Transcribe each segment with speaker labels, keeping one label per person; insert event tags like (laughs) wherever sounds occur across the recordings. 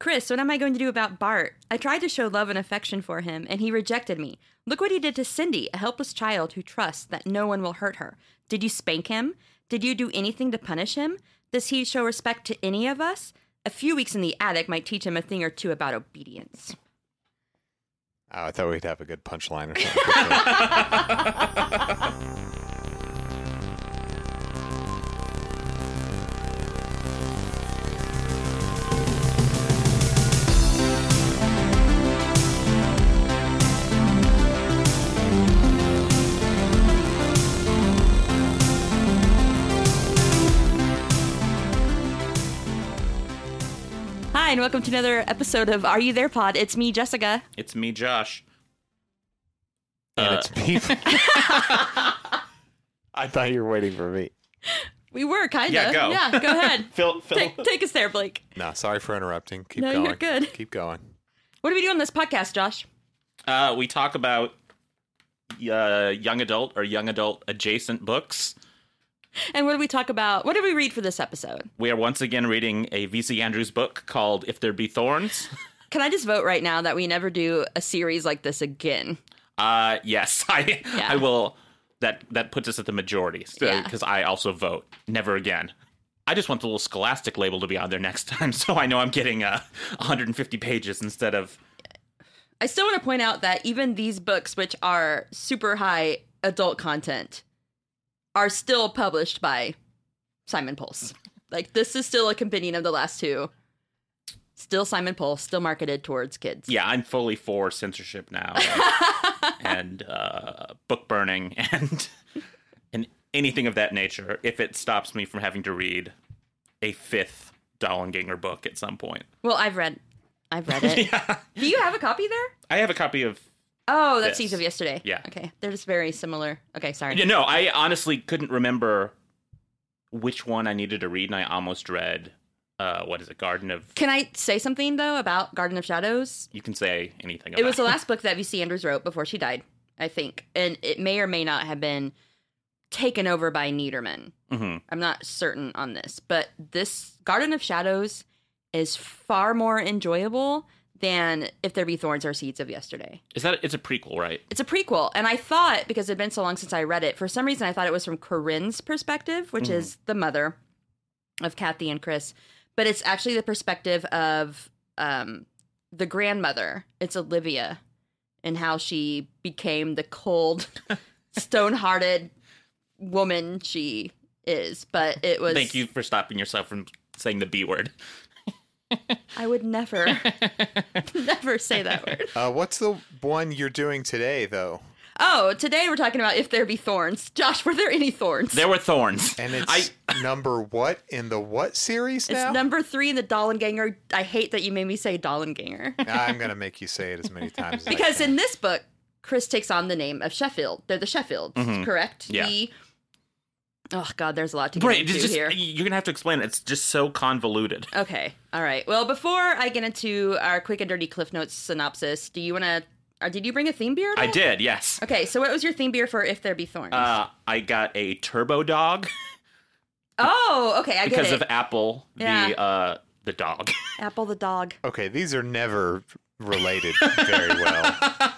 Speaker 1: Chris, what am I going to do about Bart? I tried to show love and affection for him, and he rejected me. Look what he did to Cindy, a helpless child who trusts that no one will hurt her. Did you spank him? Did you do anything to punish him? Does he show respect to any of us? A few weeks in the attic might teach him a thing or two about obedience.
Speaker 2: Oh, I thought we'd have a good punchline
Speaker 3: (laughs)
Speaker 2: or something.
Speaker 1: Hi, and welcome to another episode of Are You There Pod. It's me, Jessica.
Speaker 3: It's me, Josh.
Speaker 2: and it's me.
Speaker 3: (laughs)
Speaker 2: I thought you were waiting for me.
Speaker 1: We were kind of.
Speaker 3: Yeah, go.
Speaker 1: Yeah, go
Speaker 3: (laughs)
Speaker 1: ahead.
Speaker 3: Phil, Phil.
Speaker 1: take, take us there, Blake.
Speaker 2: No, sorry for interrupting. Keep
Speaker 1: No,
Speaker 2: going.
Speaker 1: you're good.
Speaker 2: Keep going.
Speaker 1: What do we do on this podcast, Josh?
Speaker 3: Uh, we talk about uh, young adult or young adult adjacent books.
Speaker 1: And what do we talk about? What did we read for this episode?
Speaker 3: We are once again reading a VC Andrews book called If There Be Thorns.
Speaker 1: Can I just vote right now that we never do a series like this again?
Speaker 3: Uh, yes, (laughs) I
Speaker 1: Yeah.
Speaker 3: I will. That that puts us at the majority
Speaker 1: Yeah.
Speaker 3: because I also vote never again. I just want the little Scholastic label to be on there next time, (laughs) so I know I'm getting uh, 150 pages instead of
Speaker 1: I still want to point out that even these books, which are super high adult content, are still published by Simon
Speaker 3: (laughs)
Speaker 1: Pulse. Like this is still a companion of the last two. Still Simon Pulse, still marketed towards kids.
Speaker 3: yeah, I'm fully for
Speaker 1: (laughs)
Speaker 3: censorship now and, and, uh, book burning (laughs) and and anything of that nature if it stops me from having to read a fifth Dollenganger book at some point.
Speaker 1: Well, I've read, I've read it.
Speaker 3: (laughs) Yeah,
Speaker 1: Do you have a copy there?
Speaker 3: I have a copy of
Speaker 1: Oh, that's
Speaker 3: This.
Speaker 1: Seeds of Yesterday.
Speaker 3: Yeah.
Speaker 1: Okay, they're just very similar. Okay, sorry.
Speaker 3: Yeah, no, I honestly couldn't remember which one I needed to read, and I almost read uh, what is it, Garden of?
Speaker 1: Can I say something though about Garden of Shadows?
Speaker 3: You can say anything. About
Speaker 1: It was the last book that V.C. Andrews wrote before she died, I think, and it may or may not have been taken over by Niederman.
Speaker 3: Mhm.
Speaker 1: I'm not certain on this, but this Garden of Shadows is far more enjoyable than If There Be Thorns or Seeds of Yesterday.
Speaker 3: Is that it's a prequel, right?
Speaker 1: It's a prequel, and I thought because it had been so long since I read it, for some reason I thought it was from Corinne's perspective,
Speaker 3: Mm-hmm.
Speaker 1: which is the mother of Kathy and Chris, but it's actually the perspective of um, the grandmother. It's Olivia, and how she became the cold,
Speaker 3: (laughs)
Speaker 1: stone-hearted woman she is. But it was
Speaker 3: Thank you for stopping yourself from saying the B word.
Speaker 1: I would
Speaker 3: (laughs)
Speaker 1: never, (laughs) never say that word.
Speaker 2: Uh, what's the one you're doing today, though?
Speaker 1: Oh, today we're talking about if there be thorns. Josh, were there any thorns?
Speaker 3: There were thorns,
Speaker 2: And
Speaker 3: I
Speaker 2: it's number what in the what series
Speaker 1: It's
Speaker 2: now?
Speaker 1: number three in the Dollenganger. I hate that you made me say Dollenganger. (laughs)
Speaker 2: I'm gonna make you say it as many times as I
Speaker 1: because
Speaker 2: can.
Speaker 1: in this book, Chris takes on the name of Sheffield. They're the Sheffields, correct?
Speaker 3: Mm-hmm. Yeah.
Speaker 1: The- oh, God, there's a lot to get
Speaker 3: right.
Speaker 1: into
Speaker 3: It's just,
Speaker 1: here.
Speaker 3: You're gonna have to explain it. It's just so convoluted.
Speaker 1: Okay. All right. Well, before I get into our quick and dirty Cliff Notes synopsis, do you want to. Or did you bring a theme beer? at
Speaker 3: I
Speaker 1: all?
Speaker 3: did, (laughs) yes.
Speaker 1: Okay, so what was your theme beer for If There Be Thorns?
Speaker 3: Uh, I got a Turbo Dog
Speaker 1: oh, okay, I get
Speaker 3: because
Speaker 1: it.
Speaker 3: of Apple,
Speaker 1: Yeah.
Speaker 3: the uh, the dog.
Speaker 1: Apple the dog.
Speaker 2: Okay, these are never related very well.
Speaker 3: (laughs)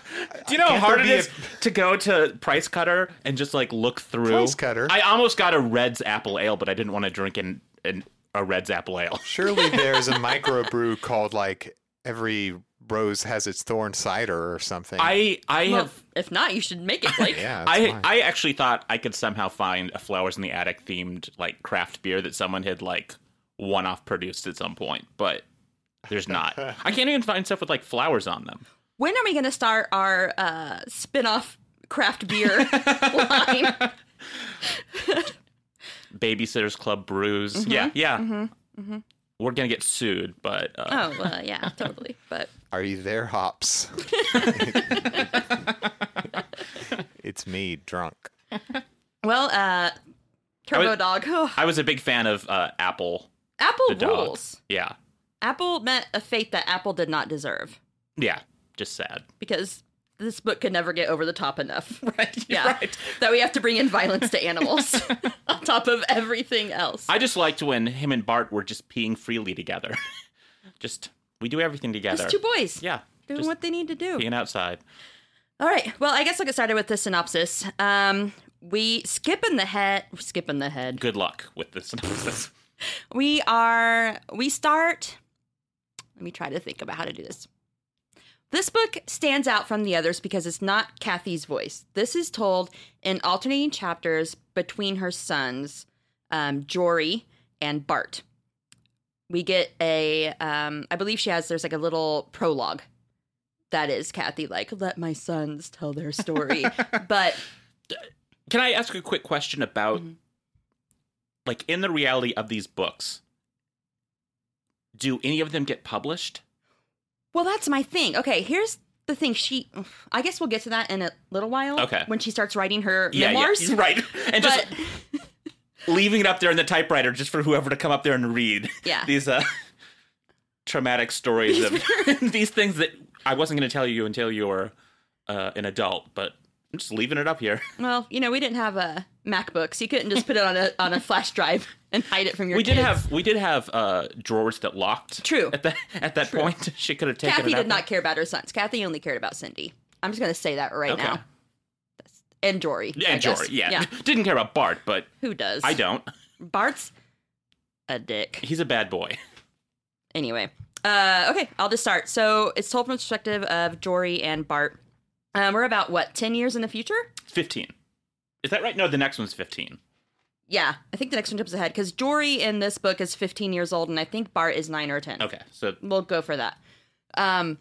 Speaker 3: Do you know
Speaker 2: Can't
Speaker 3: how
Speaker 2: there
Speaker 3: hard it
Speaker 2: be a-
Speaker 3: is to go to Price Cutter and just like look through
Speaker 2: Price Cutter?
Speaker 3: I almost got a Red's Apple Ale, but I didn't want to drink an, an a Red's Apple Ale.
Speaker 2: Surely there's a microbrew called like every rose has its thorn cider or something.
Speaker 3: I I
Speaker 1: Well,
Speaker 3: have
Speaker 1: if not, you should make it,
Speaker 3: (laughs)
Speaker 1: Blake.
Speaker 2: yeah, that's
Speaker 3: I
Speaker 2: mine.
Speaker 3: I actually thought I could somehow find a Flowers in the Attic themed like craft beer that someone had like one off produced at some point, but there's not. I can't even find stuff with like flowers on them.
Speaker 1: When are we going to start our uh, spin off craft (laughs) beer line?
Speaker 3: Babysitters Club brews. Yeah, yeah. We're gonna get sued, but uh,
Speaker 1: Oh, (laughs) well, yeah, totally. But
Speaker 2: Are you there, hops? it's me, drunk.
Speaker 1: well, uh, Turbo
Speaker 3: would-
Speaker 1: Dog. Oh,
Speaker 3: I was a big fan of uh, Apple.
Speaker 1: Apple
Speaker 3: the dog.
Speaker 1: rules.
Speaker 3: Yeah.
Speaker 1: Apple met a fate that Apple did not deserve
Speaker 3: Yeah. Just sad.
Speaker 1: because this book could never get over the top (laughs) enough.
Speaker 3: Right.
Speaker 1: Yeah, that we have to bring in violence to animals (laughs) on top of everything else.
Speaker 3: I (laughs) just liked when him and Bart were just peeing freely together. just we do everything together.
Speaker 1: Just two boys
Speaker 3: yeah,
Speaker 1: doing
Speaker 3: just
Speaker 1: what they need to do.
Speaker 3: being outside.
Speaker 1: All right. Well, I guess I'll get started with the synopsis. Um, we skipping the head, skipping the head.
Speaker 3: Good luck with (laughs) the synopsis.
Speaker 1: We are. We start. Let me try to think about how to do this. This book stands out from the others because it's not Kathy's voice. This is told in alternating chapters between her sons, um, Jory and Bart. We get a. Um, I believe she has. There's like a little prologue. That is Kathy. Like, let my sons tell their story. but
Speaker 3: Can I ask a quick question about
Speaker 1: Mhm.
Speaker 3: like in the reality of these books? Do any of them get published?
Speaker 1: Well, that's my thing. Okay, here's the thing. She, I guess we'll get to that in a little while.
Speaker 3: Okay.
Speaker 1: When she starts writing her memoirs.
Speaker 3: yeah, (laughs) right. And just
Speaker 1: But
Speaker 3: (laughs) leaving it up there in the typewriter just for whoever to come up there and read
Speaker 1: yeah,
Speaker 3: (laughs) these uh, traumatic
Speaker 1: (laughs)
Speaker 3: stories of (laughs) these things that I wasn't going to tell you until you were uh, an adult, but I'm just leaving it up here.
Speaker 1: well, you know, we didn't have a MacBook, so you couldn't just put it on a on a flash drive (laughs) and hide it from (laughs) your.
Speaker 3: we did
Speaker 1: kids.
Speaker 3: have we did have uh, drawers that locked.
Speaker 1: True.
Speaker 3: At that at that point, (laughs) she could have taken
Speaker 1: Kathy
Speaker 3: it
Speaker 1: did
Speaker 3: out.
Speaker 1: not care about her sons. Kathy only cared about Cindy. I'm just gonna say that right
Speaker 3: Okay.
Speaker 1: now. And Jory. I
Speaker 3: And
Speaker 1: guess.
Speaker 3: Jory, yeah. (laughs) didn't care about Bart, but
Speaker 1: Who does?
Speaker 3: I don't.
Speaker 1: Bart's a dick.
Speaker 3: He's a bad boy.
Speaker 1: anyway uh okay i'll just start so it's told from the perspective of jory and bart um, we're about what 10 years in the future
Speaker 3: Fifteen, is that right? No, the next one's fifteen.
Speaker 1: yeah i think the next one jumps ahead because jory in this book is 15 years old and i think bart is 9 or 10
Speaker 3: Okay, so
Speaker 1: we'll go for that um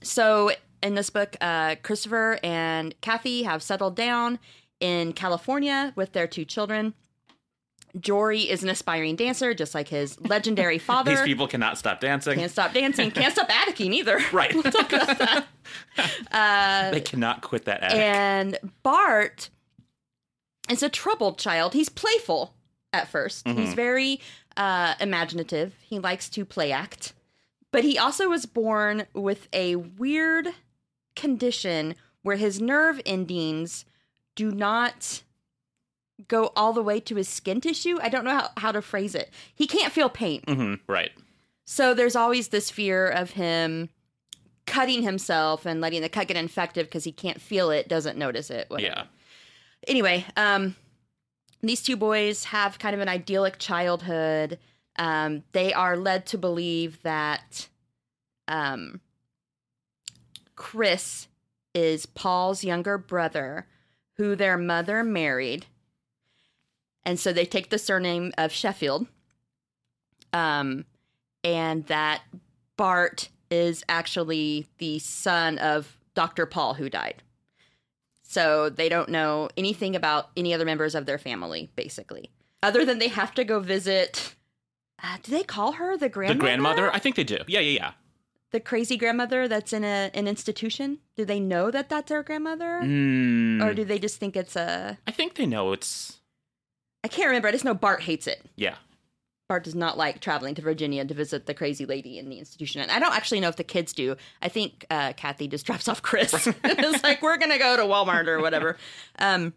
Speaker 1: so in this book uh christopher and kathy have settled down in california with their two children jory is an aspiring dancer just like
Speaker 3: (laughs)
Speaker 1: his legendary father
Speaker 3: these people cannot stop dancing.
Speaker 1: can't stop dancing can't stop atticing either
Speaker 3: (laughs) Right,
Speaker 1: uh
Speaker 3: (laughs) they cannot quit that attic.
Speaker 1: And Bart is a troubled child. He's playful at 1st He's very uh, imaginative. He likes to play act. But he also was born with a weird condition where his nerve endings do not go all the way to his skin tissue. I don't know how, how to phrase it. He can't feel pain.
Speaker 3: Mhm, right.
Speaker 1: So there's always this fear of him cutting himself and letting the cut get infected because he can't feel it, doesn't notice it. whatever.
Speaker 3: Yeah.
Speaker 1: Anyway, um, these two boys have kind of an idyllic childhood. Um, they are led to believe that um, Chris is Paul's younger brother, who their mother married. And so they take the surname of Sheffield. Um, and that Bart is actually the son of Dr. Paul, who died. So they don't know anything about any other members of their family, basically, other than they have to go visit. Uh, do they call her the grandmother?
Speaker 3: The grandmother? I think they do. Yeah, yeah,
Speaker 1: the crazy grandmother that's in a an institution? Do they know that that's her grandmother,
Speaker 3: yeah. Mm,
Speaker 1: or do they just think it's a?
Speaker 3: I think they know it's.
Speaker 1: I can't remember. I just know Bart hates it.
Speaker 3: Yeah.
Speaker 1: Bart does not like traveling to Virginia to visit the crazy lady in the institution, and I don't actually know if the kids do. I think uh, Kathy just (laughs) drops off Chris. it's like we're gonna go to Walmart or
Speaker 3: (laughs)
Speaker 1: whatever. Um,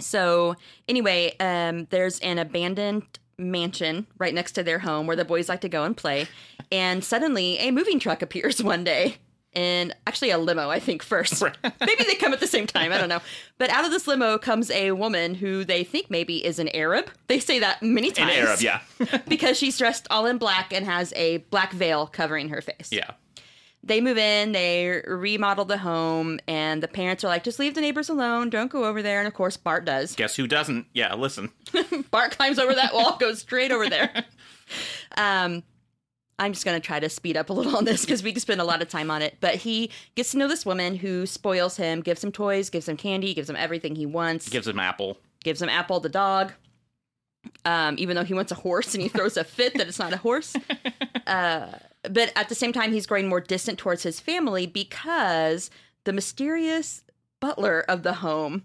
Speaker 1: so anyway, um, there's an abandoned mansion right next to their home where the boys like to go and play, and suddenly a moving truck appears one day. And actually, a limo, I think, first. (laughs) maybe they come at the same time. I don't know. But out of this limo comes a woman who they think maybe is an Arab. They say that many
Speaker 3: An
Speaker 1: times
Speaker 3: Arab, yeah.
Speaker 1: (laughs) because she's dressed all in black and has a black veil covering her face.
Speaker 3: yeah.
Speaker 1: They move in, they remodel the home, and the parents are like, just leave the neighbors alone, don't go over there. And of course, Bart does.
Speaker 3: Guess who doesn't? Yeah, listen.
Speaker 1: (laughs) Bart climbs over that wall, goes straight over
Speaker 3: (laughs)
Speaker 1: there. Um, I'm just going to try to speed up a little on this because we could spend a lot of time on it. But he gets to know this woman who spoils him, gives him toys, gives him candy, gives him everything he wants,
Speaker 3: Gives him apple.
Speaker 1: gives him Apple the dog, um, even though he wants a horse and he throws a fit that it's not a horse. Uh, but at the same time, he's growing more distant towards his family because the mysterious butler of the home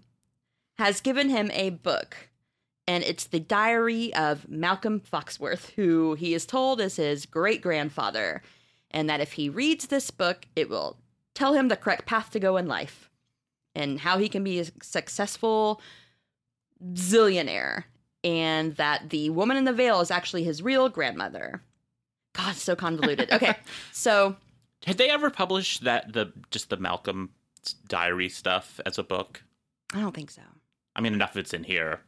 Speaker 1: has given him a book. And it's the diary of Malcolm Foxworth, who he is told is his great grandfather. And that if he reads this book, it will tell him the correct path to go in life and how he can be a successful zillionaire. And that the woman in the veil is actually his real grandmother God, it's so convoluted. Okay, so
Speaker 3: Had they ever published that the just the Malcolm diary stuff as a book?
Speaker 1: I don't think so.
Speaker 3: I mean, enough of it's in here.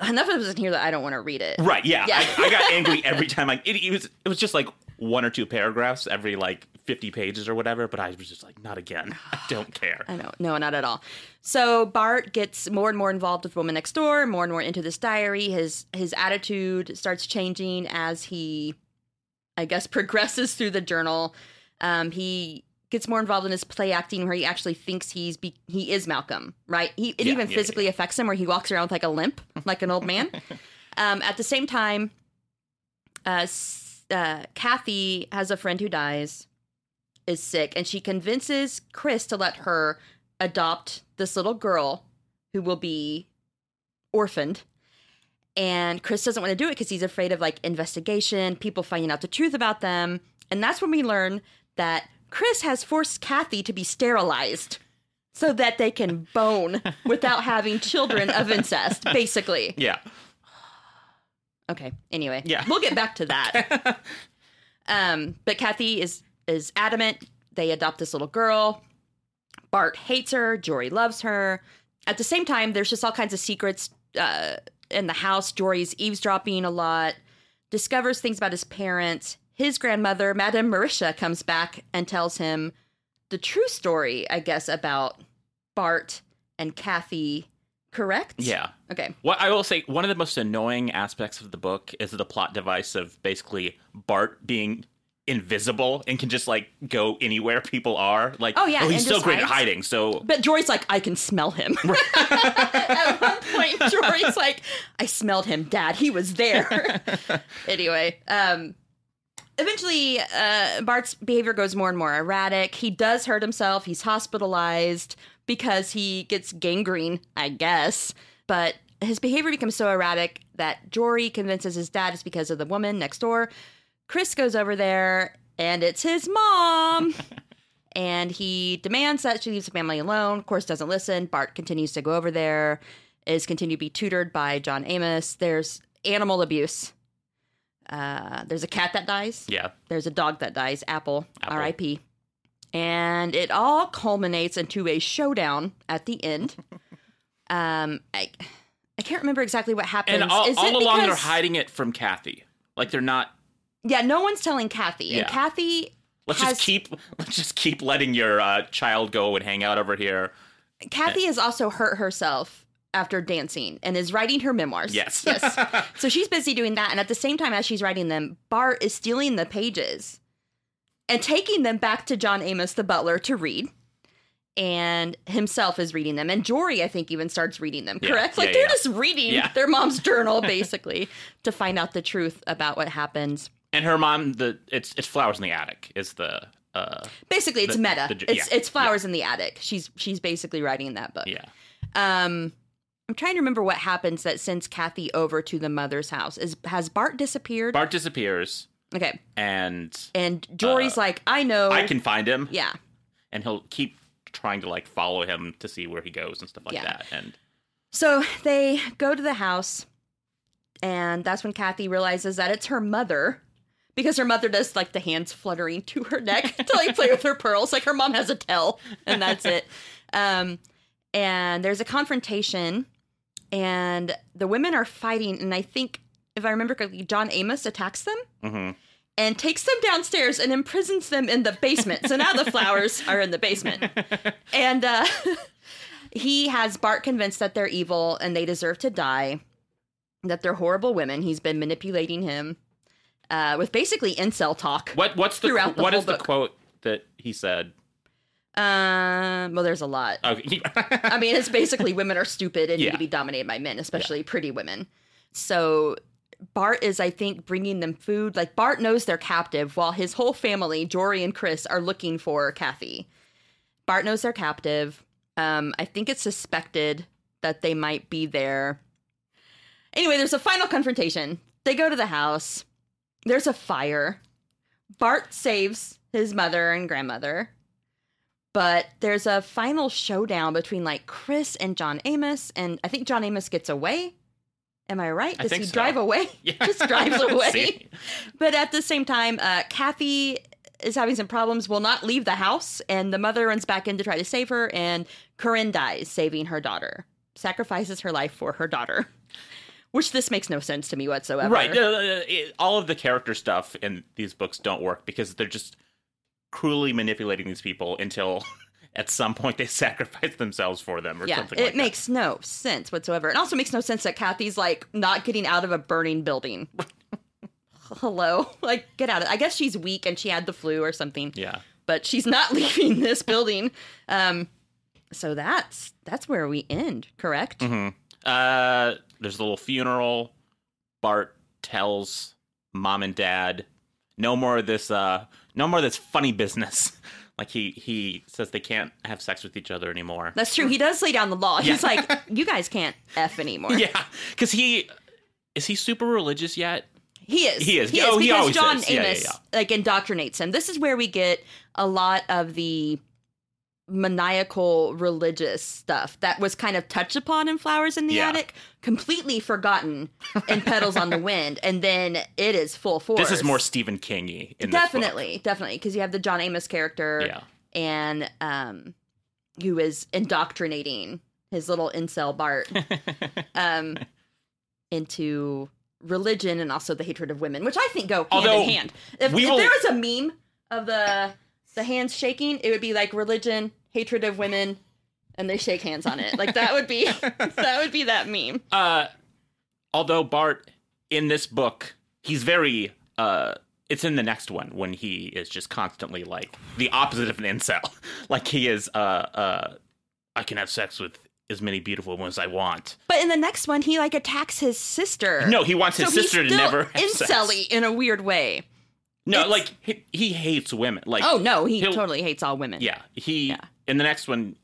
Speaker 1: Enough of us in here that I don't want to read it.
Speaker 3: Right? Yeah.
Speaker 1: Yeah.
Speaker 3: I, I got angry every time. Like it, it was, it was just like one or two paragraphs every like fifty pages or whatever. But I was just like, not again. (laughs) I don't care.
Speaker 1: I know. No, not at all. So Bart gets more and more involved with Woman Next Door, more and more into this diary. His his attitude starts changing as he, I guess, (laughs) progresses through the journal. Um, he gets more involved in his play acting, where he actually thinks he's be- he is Malcolm. Right? He, it
Speaker 3: Yeah,
Speaker 1: even
Speaker 3: yeah,
Speaker 1: physically affects him, where he walks around with like a limp, like an old
Speaker 3: (laughs)
Speaker 1: man. um, at the same time, uh, s- uh, Kathy has a friend who dies is sick, and she convinces Chris to let her adopt this little girl who will be orphaned. And Chris doesn't want to do it because he's afraid of like investigation, people finding out the truth about them. And that's when we learn that Chris has forced Kathy to be sterilized so that they can bone without having children of incest, basically.
Speaker 3: Yeah.
Speaker 1: Okay. Anyway,
Speaker 3: Yeah.
Speaker 1: we'll get
Speaker 3: (laughs)
Speaker 1: back to that. um, but Kathy is is adamant. They adopt this little girl. Bart hates her. Jory loves her. At the same time, there's just all kinds of secrets uh, in the house. Jory's eavesdropping a lot. Discovers things about his parents. His grandmother, Madame Marisha, comes back and tells him the true story, I guess, about Bart and Kathy. Correct?
Speaker 3: Yeah.
Speaker 1: Okay.
Speaker 3: What I will say, one of the most annoying aspects of the book is the plot device of basically Bart being invisible and can just like go anywhere people are. Like,
Speaker 1: Oh, yeah,
Speaker 3: he's
Speaker 1: and
Speaker 3: so
Speaker 1: just
Speaker 3: great at
Speaker 1: hides.
Speaker 3: hiding. So
Speaker 1: But Jory's like, I can smell him. (laughs) At one point, Jory's like, I smelled him, Dad. He was there. anyway, um, eventually, uh, Bart's behavior goes more and more erratic. He does hurt himself. He's hospitalized because he gets gangrene, I guess. But his behavior becomes so erratic that Jory convinces his dad it's because of the woman next door. Chris goes over there, and it's his
Speaker 3: (laughs)
Speaker 1: mom and he demands that she leaves the family alone. Of course, doesn't listen. Bart continues to go over there, is continued to be tutored by John Amos. There's animal abuse. Uh, there's a cat that dies.
Speaker 3: yeah,
Speaker 1: There's a dog that dies. Apple,
Speaker 3: Apple.
Speaker 1: R.I.P. And it all culminates into a showdown at the
Speaker 3: (laughs)
Speaker 1: end. um, I, I can't remember exactly what happens.
Speaker 3: and all,
Speaker 1: Is it
Speaker 3: all along they're
Speaker 1: because-
Speaker 3: hiding it from Kathy. Like they're not.
Speaker 1: Yeah, no one's telling Kathy, and
Speaker 3: Yeah.
Speaker 1: Kathy.
Speaker 3: Let's
Speaker 1: has
Speaker 3: just keep. Let's just keep letting your uh, child go and hang out over here.
Speaker 1: Kathy has also hurt herself after dancing and is writing her memoirs.
Speaker 3: Yes.
Speaker 1: (laughs) Yes. so she's busy doing that. And at the same time as she's writing them, Bart is stealing the pages and taking them back to John Amos, the butler, to read. And himself is reading them. And Jory, I think, even starts reading them,
Speaker 3: Yeah.
Speaker 1: correct?
Speaker 3: Yeah,
Speaker 1: Like they're
Speaker 3: yeah.
Speaker 1: just reading
Speaker 3: Yeah.
Speaker 1: their
Speaker 3: (laughs)
Speaker 1: mom's journal, basically, to find out the truth about what happens.
Speaker 3: And her mom, the it's it's flowers in the attic is the uh
Speaker 1: Basically, it's
Speaker 3: The-
Speaker 1: meta.
Speaker 3: the-
Speaker 1: it's
Speaker 3: yeah,
Speaker 1: it's flowers in the attic. She's she's basically writing that book.
Speaker 3: yeah.
Speaker 1: Um, I'm trying to remember what happens that sends Kathy over to the mother's house. Is has Bart disappeared?
Speaker 3: Bart disappears,
Speaker 1: okay,
Speaker 3: and
Speaker 1: and Jory's like, I know.
Speaker 3: Uh, I can find him.
Speaker 1: Yeah,
Speaker 3: and he'll keep trying to like follow him to see where he goes and stuff like
Speaker 1: Yeah.
Speaker 3: that. And
Speaker 1: So they go to the house, and that's when Kathy realizes that it's her mother. Because her mother does like the hands fluttering to her neck (laughs) to like play with her pearls. Like her mom has a tell, and that's it. Um, and there's a confrontation, and the women are fighting. And I think, if I remember correctly, John Amos attacks them
Speaker 3: Mhm.
Speaker 1: and takes them downstairs and imprisons them in the basement. So now the flowers are in the basement. And uh, (laughs) he has Bart convinced that they're evil and they deserve to die, that they're horrible women. He's been manipulating him uh, with basically incel talk.
Speaker 3: what what's the
Speaker 1: Throughout the
Speaker 3: what
Speaker 1: whole
Speaker 3: is
Speaker 1: book.
Speaker 3: the quote that he said?
Speaker 1: Um, well, there's a lot.
Speaker 3: Okay. (laughs)
Speaker 1: I mean, it's basically women are stupid and need
Speaker 3: Yeah.
Speaker 1: to be dominated by men, especially pretty women. So Bart is, I think, bringing them food. Like Bart knows they're captive, while his whole family, Jory and Chris, are looking for Kathy. Bart knows they're captive. Um, I think it's suspected that they might be there. Anyway, there's a final confrontation. They go to the house. There's a fire. Bart saves his mother and grandmother but there's a final showdown between like Chris and John Amos, and I think John Amos gets away, Am I right?
Speaker 3: I
Speaker 1: Does
Speaker 3: think
Speaker 1: he
Speaker 3: so.
Speaker 1: drive
Speaker 3: (laughs)
Speaker 1: away? (laughs)
Speaker 3: Yeah.
Speaker 1: Just drives away.
Speaker 3: See?
Speaker 1: But at the same time, uh, Kathy is having some problems, will not leave the house, and the mother runs back in to try to save her, and Corinne dies, saving her daughter, sacrifices her life for her daughter. (laughs) Which this makes no sense to me whatsoever.
Speaker 3: Right. uh, uh, it- all of the character stuff in these books don't work because they're just cruelly manipulating these people until (laughs) at some point they (laughs) sacrifice themselves for them or
Speaker 1: yeah,
Speaker 3: something
Speaker 1: it
Speaker 3: like
Speaker 1: makes no sense whatsoever. It also makes no sense that Kathy's like not getting out of a burning building. (laughs) Hello, (laughs) like get out of. I guess she's weak and she had the flu or something.
Speaker 3: that. Yeah.
Speaker 1: but she's not (laughs) leaving this building. Um, so that's that's where we end, correct?
Speaker 3: Uh, there's a little funeral. Bart tells mom and dad, "No more of this. Uh, no more of this funny business." (laughs) Like he he says they can't have sex with each other anymore.
Speaker 1: That's true. He does lay down the law. He's
Speaker 3: Yeah.
Speaker 1: like, you guys can't f anymore.
Speaker 3: (laughs) yeah, because he is he super religious yet?
Speaker 1: He is.
Speaker 3: He is.
Speaker 1: He is
Speaker 3: Oh, he
Speaker 1: because
Speaker 3: always
Speaker 1: John
Speaker 3: is. Yeah, yeah,
Speaker 1: Amos
Speaker 3: yeah.
Speaker 1: like indoctrinates him. This is where we get a lot of the maniacal religious stuff that was kind of touched upon in Flowers in the
Speaker 3: Yeah.
Speaker 1: Attic, completely forgotten in Petals on
Speaker 3: (laughs)
Speaker 1: the Wind, and then it is full force.
Speaker 3: This is more Stephen Kingy. In this book.
Speaker 1: definitely, definitely, because you have the John Amos character,
Speaker 3: Yeah.
Speaker 1: and um, who is indoctrinating his little incel
Speaker 3: (laughs)
Speaker 1: Bart um into religion and also the hatred of women, which I think go hand
Speaker 3: Although,
Speaker 1: in hand. If,
Speaker 3: we
Speaker 1: if
Speaker 3: will-
Speaker 1: there was a meme of the the hands shaking, it would be like religion, hatred of women, and they shake hands on it. Like that would
Speaker 3: (laughs)
Speaker 1: be that would be that meme.
Speaker 3: uh, although Bart in this book, he's very uh, it's in the next one when he is just constantly like the opposite of an incel. (laughs) like he is uh, uh, I can have sex with as many beautiful women as I want.
Speaker 1: But in the next one, he like attacks his sister.
Speaker 3: No, he wants his
Speaker 1: so
Speaker 3: sister
Speaker 1: he's
Speaker 3: to
Speaker 1: still
Speaker 3: never (laughs) have
Speaker 1: incel-y
Speaker 3: sex.
Speaker 1: in a weird way.
Speaker 3: No,
Speaker 1: It's-
Speaker 3: like he, he hates women. Like
Speaker 1: Oh no, he
Speaker 3: he'll-
Speaker 1: totally hates all women.
Speaker 3: Yeah, he
Speaker 1: Yeah.
Speaker 3: in the next one,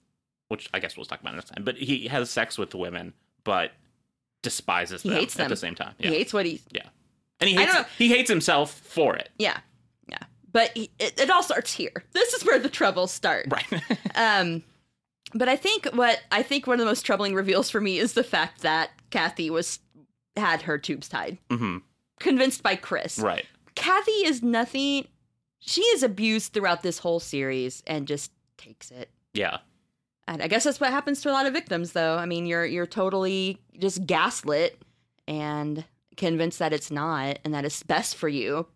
Speaker 3: which I guess we'll talk about next time. But he has sex with women, but despises
Speaker 1: He
Speaker 3: them
Speaker 1: hates
Speaker 3: at
Speaker 1: them.
Speaker 3: the same time.
Speaker 1: He hates what he
Speaker 3: Yeah. And he
Speaker 1: I
Speaker 3: hates,
Speaker 1: don't know.
Speaker 3: he hates himself for it.
Speaker 1: Yeah, yeah. But he, it, it all starts here. This is where the troubles start.
Speaker 3: Right.
Speaker 1: Um, but I think what I think one of the most troubling reveals for me is the fact that Kathy was had her tubes tied,
Speaker 3: hmm
Speaker 1: convinced by Chris.
Speaker 3: Right.
Speaker 1: Kathy is nothing. She is abused throughout this whole series and just takes it.
Speaker 3: Yeah.
Speaker 1: And I guess that's what happens to a lot of victims, though. I mean, you're you're totally just gaslit and convinced that it's not and that it's best for you.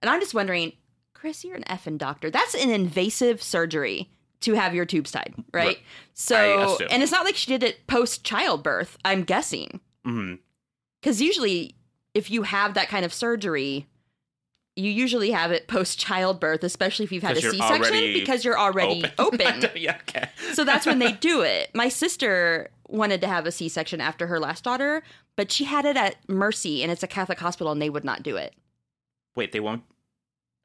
Speaker 1: And I'm just wondering, Chris, you're an effing doctor. That's an invasive surgery to have your tubes tied, right?
Speaker 3: Right. I
Speaker 1: So,
Speaker 3: assume.
Speaker 1: and it's not like she did it post childbirth. I'm guessing
Speaker 3: hmm (laughs)
Speaker 1: because usually, if you have that kind of surgery. You usually have it post childbirth, especially if you've had a
Speaker 3: 'Cause you're
Speaker 1: C section,
Speaker 3: already
Speaker 1: because you're already
Speaker 3: (laughs)
Speaker 1: open.
Speaker 3: yeah. Okay.
Speaker 1: So that's when they do it. My sister wanted to have a C section after her last daughter, but she had it at Mercy, and it's a Catholic hospital, and they would not do it.
Speaker 3: (laughs) Wait, they won't.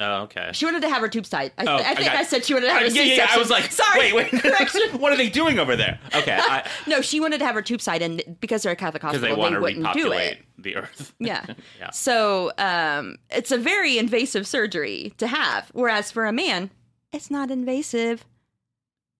Speaker 3: Oh, okay.
Speaker 1: She wanted to have her tubes tied. I,
Speaker 3: Oh,
Speaker 1: I
Speaker 3: I
Speaker 1: think
Speaker 3: got-
Speaker 1: I, said she wanted to have
Speaker 3: Uh,
Speaker 1: a
Speaker 3: yeah,
Speaker 1: C
Speaker 3: yeah,
Speaker 1: section.
Speaker 3: yeah, I was like,
Speaker 1: sorry,
Speaker 3: wait, (laughs) wait.
Speaker 1: correction.
Speaker 3: what are they doing over there? Okay,
Speaker 1: (laughs) No, she wanted to have her tubes tied, and because they're a Catholic
Speaker 3: because
Speaker 1: hospital,
Speaker 3: they
Speaker 1: they,
Speaker 3: want to
Speaker 1: wouldn't do it.
Speaker 3: repopulate the earth.
Speaker 1: (laughs) Yeah.
Speaker 3: (laughs) Yeah.
Speaker 1: So um, it's a very invasive surgery to have, whereas for a man, it's not invasive.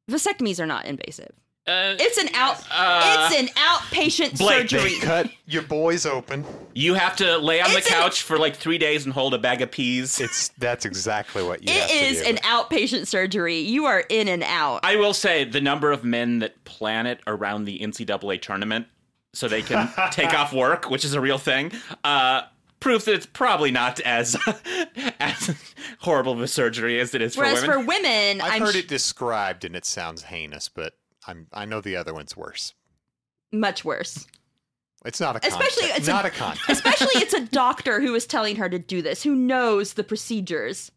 Speaker 1: Vasectomies are not invasive.
Speaker 3: Uh,
Speaker 1: It's an out.
Speaker 3: Uh,
Speaker 1: it's an outpatient
Speaker 3: Blake, they
Speaker 1: surgery.
Speaker 2: They cut your boys open.
Speaker 3: you have to lay on the
Speaker 1: It's an-
Speaker 3: couch for like three days and hold a bag of peas.
Speaker 2: It's that's exactly what you. have
Speaker 1: It
Speaker 2: to
Speaker 1: is
Speaker 2: do.
Speaker 1: an outpatient surgery. You are in and out.
Speaker 3: I will say the number of men that plan it around the NCAA tournament so
Speaker 1: (laughs)
Speaker 3: they can take off work, which is a real thing, uh, proves that it's probably not as (laughs) as horrible of a surgery as it is for
Speaker 1: Whereas
Speaker 3: women.
Speaker 1: for women,
Speaker 2: I've
Speaker 1: I'm
Speaker 2: heard
Speaker 1: sh-
Speaker 2: it described and it sounds heinous, but I'm I know the other one's worse.
Speaker 1: much worse.
Speaker 2: It's not a concept.
Speaker 1: Especially- it's a-
Speaker 2: not a, concept.
Speaker 1: Especially it's
Speaker 3: (laughs)
Speaker 1: a doctor who is telling her to do this, who knows the procedures.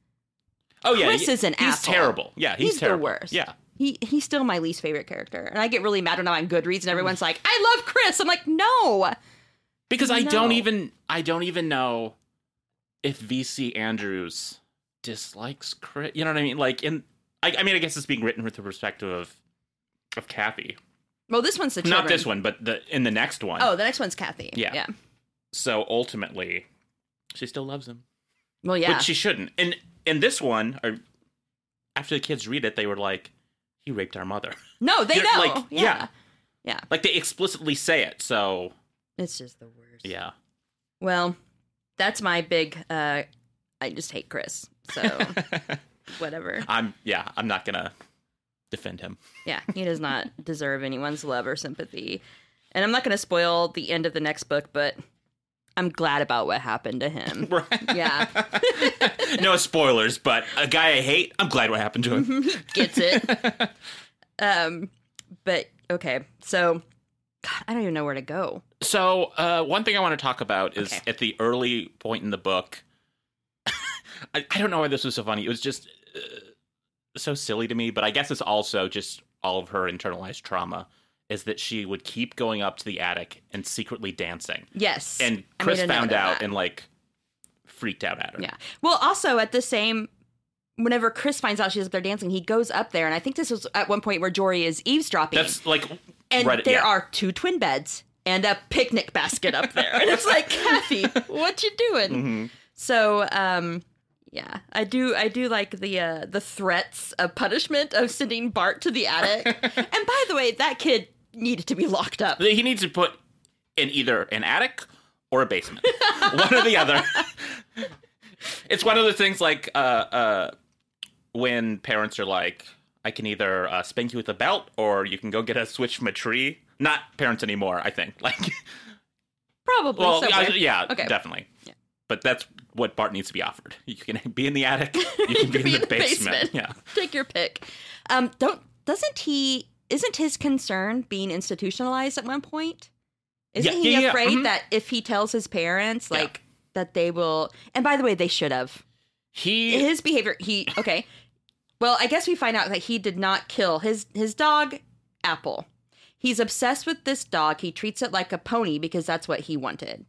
Speaker 3: oh yeah,
Speaker 1: Chris
Speaker 3: y-
Speaker 1: is an
Speaker 3: he's
Speaker 1: asshole.
Speaker 3: terrible. Yeah, he's,
Speaker 1: He's the
Speaker 3: terrible.
Speaker 1: worst.
Speaker 3: Yeah,
Speaker 1: He he's still my least favorite character. And I get really mad when I'm on Goodreads and everyone's like, I love Chris. I'm like, no.
Speaker 3: because I don't
Speaker 1: No.
Speaker 3: even I don't even know if VC Andrews dislikes Chris. You know what I mean? Like, in I, I mean, I guess it's being written with the perspective of of Kathy,
Speaker 1: Well, this one's the children.
Speaker 3: not this one, but the in the next one.
Speaker 1: Oh, the next one's Kathy.
Speaker 3: Yeah.
Speaker 1: Yeah.
Speaker 3: so ultimately she still loves him
Speaker 1: Well, yeah.
Speaker 3: which she shouldn't and in this one or after the kids read it they were like he raped our mother (laughs)
Speaker 1: no, they
Speaker 3: You're-
Speaker 1: know.
Speaker 3: like,
Speaker 1: yeah.
Speaker 3: like they explicitly say it so
Speaker 1: It's just the worst.
Speaker 3: Yeah.
Speaker 1: Well, that's my big. uh I just hate Chris. So
Speaker 3: (laughs)
Speaker 1: whatever.
Speaker 3: I'm yeah, I'm not gonna defend him.
Speaker 1: Yeah, he does not (laughs) deserve anyone's love or sympathy. And I'm not going to spoil the end of the next book, but I'm glad about what happened to him.
Speaker 3: (laughs) Right.
Speaker 1: Yeah,
Speaker 3: no spoilers, but a guy I hate, I'm glad what happened to
Speaker 1: Mm-hmm.
Speaker 3: him.
Speaker 1: gets
Speaker 3: (laughs)
Speaker 1: it. Um, but okay, so God, I don't even know where to go.
Speaker 3: So, uh, one thing I want to talk about is
Speaker 1: Okay.
Speaker 3: at the early point in the book. (laughs) I, I don't know why this was so funny. It was just uh, so silly to me, but I guess it's also just all of her internalized trauma is that she would keep going up to the attic and secretly dancing.
Speaker 1: Yes,
Speaker 3: And
Speaker 1: I
Speaker 3: Chris
Speaker 1: made a note
Speaker 3: found
Speaker 1: of
Speaker 3: out
Speaker 1: that.
Speaker 3: and like freaked out at her.
Speaker 1: yeah. Well, also at the same. Whenever Chris finds out she's up there dancing, he goes up there, and I think this was at one point where Jory is eavesdropping.
Speaker 3: That's like
Speaker 1: and
Speaker 3: right-
Speaker 1: there
Speaker 3: yeah.
Speaker 1: are two twin beds and a picnic basket up there and it's like kathy what you doing
Speaker 3: Mm-hmm.
Speaker 1: so um yeah i do i do like the uh the threats of punishment of sending bart to the attic
Speaker 3: (laughs)
Speaker 1: and by the way that kid needed to be locked up
Speaker 3: he needs to put in either an attic or a basement, (laughs) one or the other. (laughs) it's one of the things like uh, uh, when parents are like, "I can either uh, spank you with a belt, or you can go get a switch from a tree." Not parents anymore, I think. (laughs) Like,
Speaker 1: probably
Speaker 3: well,
Speaker 1: somewhere.
Speaker 3: yeah, yeah,
Speaker 1: Okay.
Speaker 3: definitely.
Speaker 1: Yeah.
Speaker 3: But that's what Bart needs to be offered. You can be in the (laughs) attic. You can be, in the, basement. Yeah.
Speaker 1: take your pick um don't doesn't he isn't his concern being institutionalized at one point isn't
Speaker 3: Yeah,
Speaker 1: he
Speaker 3: yeah, yeah,
Speaker 1: afraid
Speaker 3: mhm.
Speaker 1: that if he tells his parents
Speaker 3: Yeah.
Speaker 1: like that they will and by the way they should have
Speaker 3: He
Speaker 1: his behavior he okay well i guess we find out that he did not kill his his dog apple he's obsessed with this dog he treats it like a pony because that's what he wanted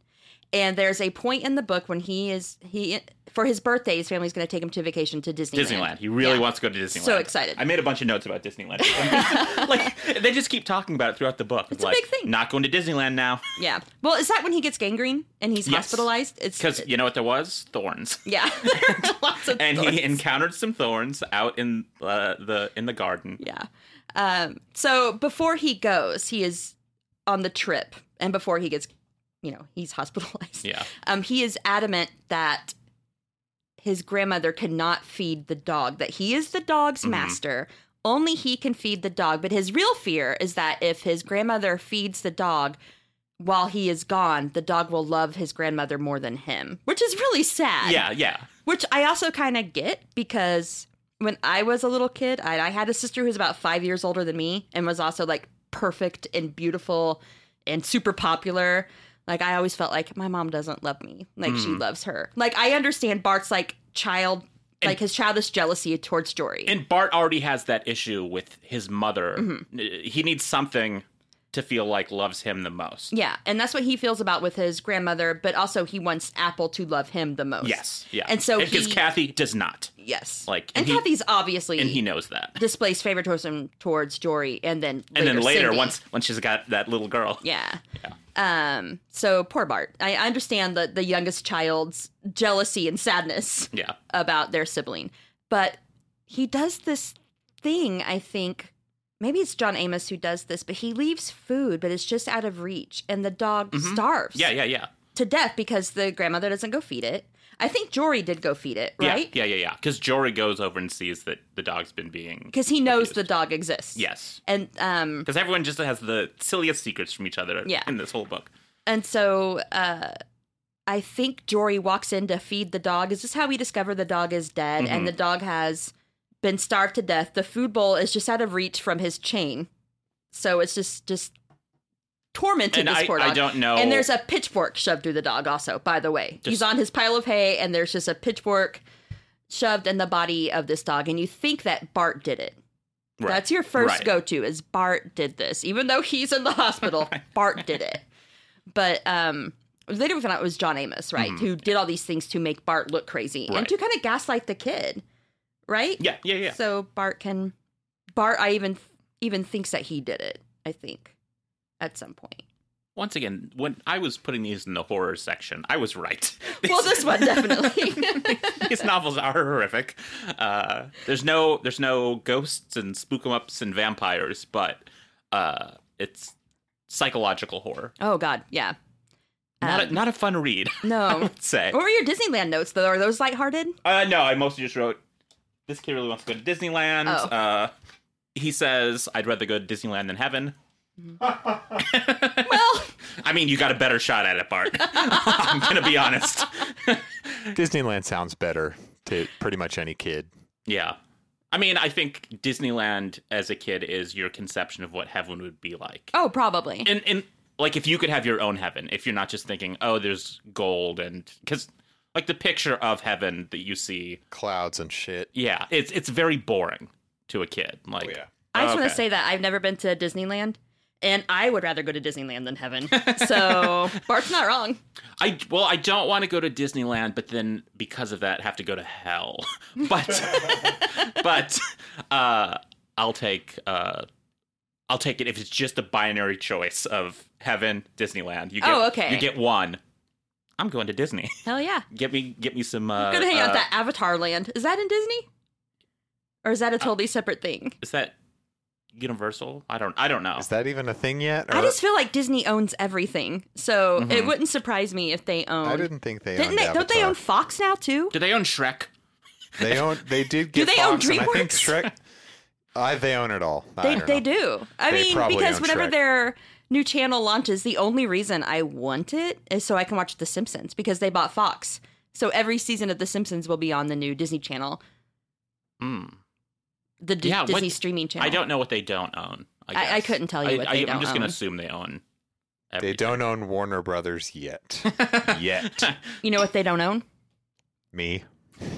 Speaker 1: and there's a point in the book when he is he for his birthday his family's going to take him to vacation to disneyland
Speaker 3: Disneyland. He really
Speaker 1: Yeah.
Speaker 3: wants to go to Disneyland.
Speaker 1: So excited.
Speaker 3: I made a bunch of notes about Disneyland. (laughs) like they just keep talking about it throughout the book.
Speaker 1: It's a
Speaker 3: like,
Speaker 1: big thing.
Speaker 3: Not going to Disneyland now
Speaker 1: yeah well is that when he gets gangrene and he's
Speaker 3: Yes.
Speaker 1: hospitalized it's
Speaker 3: because you know what there was
Speaker 1: (laughs)
Speaker 3: thorns,
Speaker 1: yeah lots of
Speaker 3: and
Speaker 1: thorns.
Speaker 3: he encountered some thorns out in uh, the in the garden.
Speaker 1: Yeah. Um, so before he goes, he is on the trip, and before he gets, you know, he's hospitalized.
Speaker 3: Yeah.
Speaker 1: Um, he is adamant that his grandmother cannot feed the dog. That he is the dog's
Speaker 3: Mm-hmm.
Speaker 1: master. Only he can feed the dog. But his real fear is that if his grandmother feeds the dog while he is gone, the dog will love his grandmother more than him, which is really sad
Speaker 3: yeah, yeah.
Speaker 1: which I also kind of get because when I was a little kid, I, I had a sister who's about five years older than me and was also like perfect and beautiful and super popular. Like I always felt like my mom doesn't love me, like she
Speaker 3: Hmm.
Speaker 1: loves her. Like I understand Bart's like child, like his childish jealousy towards Jory.
Speaker 3: And Bart already has that issue with his mother.
Speaker 1: Mm-hmm.
Speaker 3: He needs something to feel like loves him the most.
Speaker 1: yeah, and that's what he feels about with his grandmother, but also he wants Apple to love him the most.
Speaker 3: Yes, yeah.
Speaker 1: And so
Speaker 3: because
Speaker 1: he-
Speaker 3: Kathy does not,
Speaker 1: yes,
Speaker 3: Like,
Speaker 1: and,
Speaker 3: and he-
Speaker 1: Kathy's obviously
Speaker 3: and he knows that.
Speaker 1: displays favoritism towards Jory, and then
Speaker 3: and then later,
Speaker 1: Cindy.
Speaker 3: once once she's got that little girl,
Speaker 1: Yeah. Um. So poor Bart. I I understand the the youngest child's jealousy and sadness
Speaker 3: yeah.
Speaker 1: about their sibling, but he does this thing. I think maybe it's John Amos who does this, but he leaves food, but it's just out of reach, and the dog starves.
Speaker 3: Mm-hmm. yeah, yeah, yeah.
Speaker 1: To death because the grandmother doesn't go feed it. I think Jory did go feed it, right?
Speaker 3: Yeah, yeah, yeah. Because Jory goes over and sees that the dog's been being.
Speaker 1: Because he knows the dog exists.
Speaker 3: Yes.
Speaker 1: And um.
Speaker 3: Because everyone just has the silliest secrets from each other
Speaker 1: Yeah.
Speaker 3: in this whole book.
Speaker 1: And so uh, I think Jory walks in to feed the dog. Is this how we discover the dog is dead?
Speaker 3: Mm-hmm.
Speaker 1: And the dog has been starved to death. The food bowl is just out of reach from his chain. So it's just just tormented
Speaker 3: And
Speaker 1: this
Speaker 3: I-
Speaker 1: poor
Speaker 3: I
Speaker 1: dog.
Speaker 3: don't know-
Speaker 1: And there's a pitchfork shoved through the dog also, by the way. He's
Speaker 3: Just-
Speaker 1: on his pile of hay and there's just a pitchfork shoved in the body of this dog and you think that Bart did it.
Speaker 3: Right.
Speaker 1: That's your first
Speaker 3: Right.
Speaker 1: go to is Bart did this. Even though he's in the
Speaker 3: (laughs)
Speaker 1: hospital, Bart did it. But um later we found out it was John Amos, right? Who did all these things to make Bart look crazy and
Speaker 3: Mm-hmm. Right.
Speaker 1: to kind of gaslight the kid. Right?
Speaker 3: Yeah, yeah, yeah.
Speaker 1: So Bart can Bart I even even thinks that he did it, I think, at some
Speaker 3: (laughs)
Speaker 1: point.
Speaker 3: Once again, when I was putting these in the horror section, I was right.
Speaker 1: (laughs) Well, this one definitely.
Speaker 3: (laughs)
Speaker 1: (laughs)
Speaker 3: These novels are horrific. Uh, there's no there's no ghosts and spook 'em ups and vampires, but uh, it's psychological horror.
Speaker 1: oh god, yeah.
Speaker 3: Not, a, not a fun read, (laughs) I
Speaker 1: No.
Speaker 3: would say.
Speaker 1: what were your Disneyland notes though? Are those
Speaker 3: (laughs)
Speaker 1: lighthearted?
Speaker 3: Uh, no, I mostly just wrote, this kid really wants to go to Disneyland.
Speaker 1: Oh.
Speaker 3: Uh, he says, I'd rather go to Disneyland than heaven.
Speaker 1: Well,
Speaker 3: I mean, you got a better shot at
Speaker 1: (laughs)
Speaker 3: it, Bart. I'm going to be honest.
Speaker 2: Disneyland sounds better to pretty much any kid.
Speaker 3: Yeah. I mean, I think Disneyland as a kid is your conception of what heaven would be like.
Speaker 1: oh, probably.
Speaker 3: And and like if you could have your own heaven, if you're not just thinking, "Oh, there's gold and cuz like the picture of heaven that you see,
Speaker 2: Clouds and shit.
Speaker 3: yeah, it's it's very boring to a kid. Like
Speaker 1: I just want
Speaker 3: Okay.
Speaker 1: to say that I've never been to Disneyland, and I would rather go to Disneyland than (laughs) heaven. So Bart's not wrong.
Speaker 3: I well, I don't want to go to Disneyland, but then because of that, have to go to hell. (laughs) But but (laughs) uh, I'll take uh, I'll take it if it's just a binary choice of heaven, Disneyland. You get,
Speaker 1: Oh, okay.
Speaker 3: You get one. I'm going to Disney. (laughs)
Speaker 1: Hell yeah.
Speaker 3: Get me get me some. Uh,
Speaker 1: Go to hang out
Speaker 3: uh,
Speaker 1: at that Avatar Land. Is that in Disney? Or is that
Speaker 2: Uh,
Speaker 1: a totally separate thing?
Speaker 3: Is that Universal? I don't I don't know.
Speaker 2: Is that even a thing yet?
Speaker 1: I
Speaker 2: Or-
Speaker 1: just feel like Disney owns everything, so it
Speaker 3: Mhm.
Speaker 1: wouldn't surprise me if they own.
Speaker 2: Mm-hmm. I didn't think they
Speaker 1: Didn't
Speaker 2: owned
Speaker 1: they? Don't they
Speaker 2: Avatar.
Speaker 1: own Fox now too?
Speaker 3: Do they own Shrek?
Speaker 2: They own. They
Speaker 1: (laughs)
Speaker 2: did get.
Speaker 1: they own
Speaker 2: Fox, and I think
Speaker 1: DreamWorks?
Speaker 2: Shrek. I they own it all. I
Speaker 1: They
Speaker 2: don't
Speaker 1: they
Speaker 2: know.
Speaker 1: do. I
Speaker 2: They
Speaker 1: mean,
Speaker 2: probably
Speaker 1: because
Speaker 2: own
Speaker 1: whenever
Speaker 2: Shrek.
Speaker 1: their new channel launches, the only reason I want it is so I can watch The Simpsons because they bought Fox. So every season of The Simpsons will be on the new Disney Channel,
Speaker 3: Hmm.
Speaker 1: the D-
Speaker 3: Yeah, what-
Speaker 1: Disney streaming channel.
Speaker 3: I don't know what they don't own. I,
Speaker 1: I- I
Speaker 3: guess.
Speaker 1: couldn't tell you
Speaker 3: I,
Speaker 1: what they
Speaker 3: I,
Speaker 1: don't
Speaker 3: I'm just
Speaker 1: own.
Speaker 3: gonna assume they own.
Speaker 2: They
Speaker 3: everything.
Speaker 2: don't own Warner Brothers
Speaker 3: (laughs)
Speaker 2: yet. yet.
Speaker 1: You know what they don't own?
Speaker 2: Me.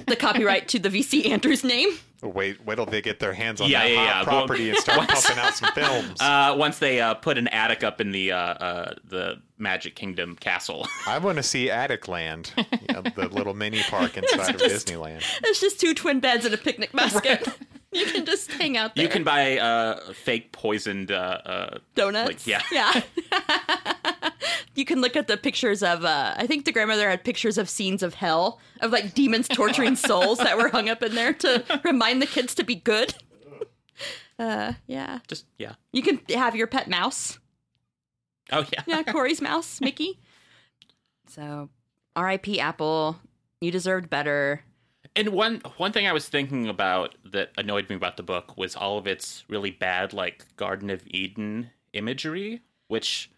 Speaker 1: The copyright to the VC Andrews name.
Speaker 2: Wait, wait till they get their hands on
Speaker 3: Yeah,
Speaker 2: that
Speaker 3: yeah,
Speaker 2: hot
Speaker 3: yeah. Well-
Speaker 2: property and
Speaker 3: (laughs)
Speaker 2: start pumping out some films.
Speaker 3: Uh, once they uh, put an attic up in the uh, uh, the Magic Kingdom castle. (laughs)
Speaker 2: I want to see Attic Land, you know, the little mini park inside of
Speaker 1: just-
Speaker 2: Disneyland.
Speaker 1: It's just two twin beds and a picnic basket. (laughs) You can just hang out there.
Speaker 3: you can buy uh, fake poisoned. Uh, uh,
Speaker 1: donuts.
Speaker 3: Like, yeah.
Speaker 1: yeah. (laughs) you can look at the pictures of. Uh, I think the grandmother had pictures of scenes of hell of like demons
Speaker 3: (laughs)
Speaker 1: torturing souls that were hung up in there to remind the kids to be good. (laughs) Uh, yeah.
Speaker 3: just yeah.
Speaker 1: You can have your pet mouse.
Speaker 3: Oh yeah. (laughs)
Speaker 1: Yeah, Corey's mouse, Mickey. So, R.I.P. Apple. You deserved better.
Speaker 3: And one one thing I was thinking about that annoyed me about the book was all of its really bad like Garden of Eden imagery, which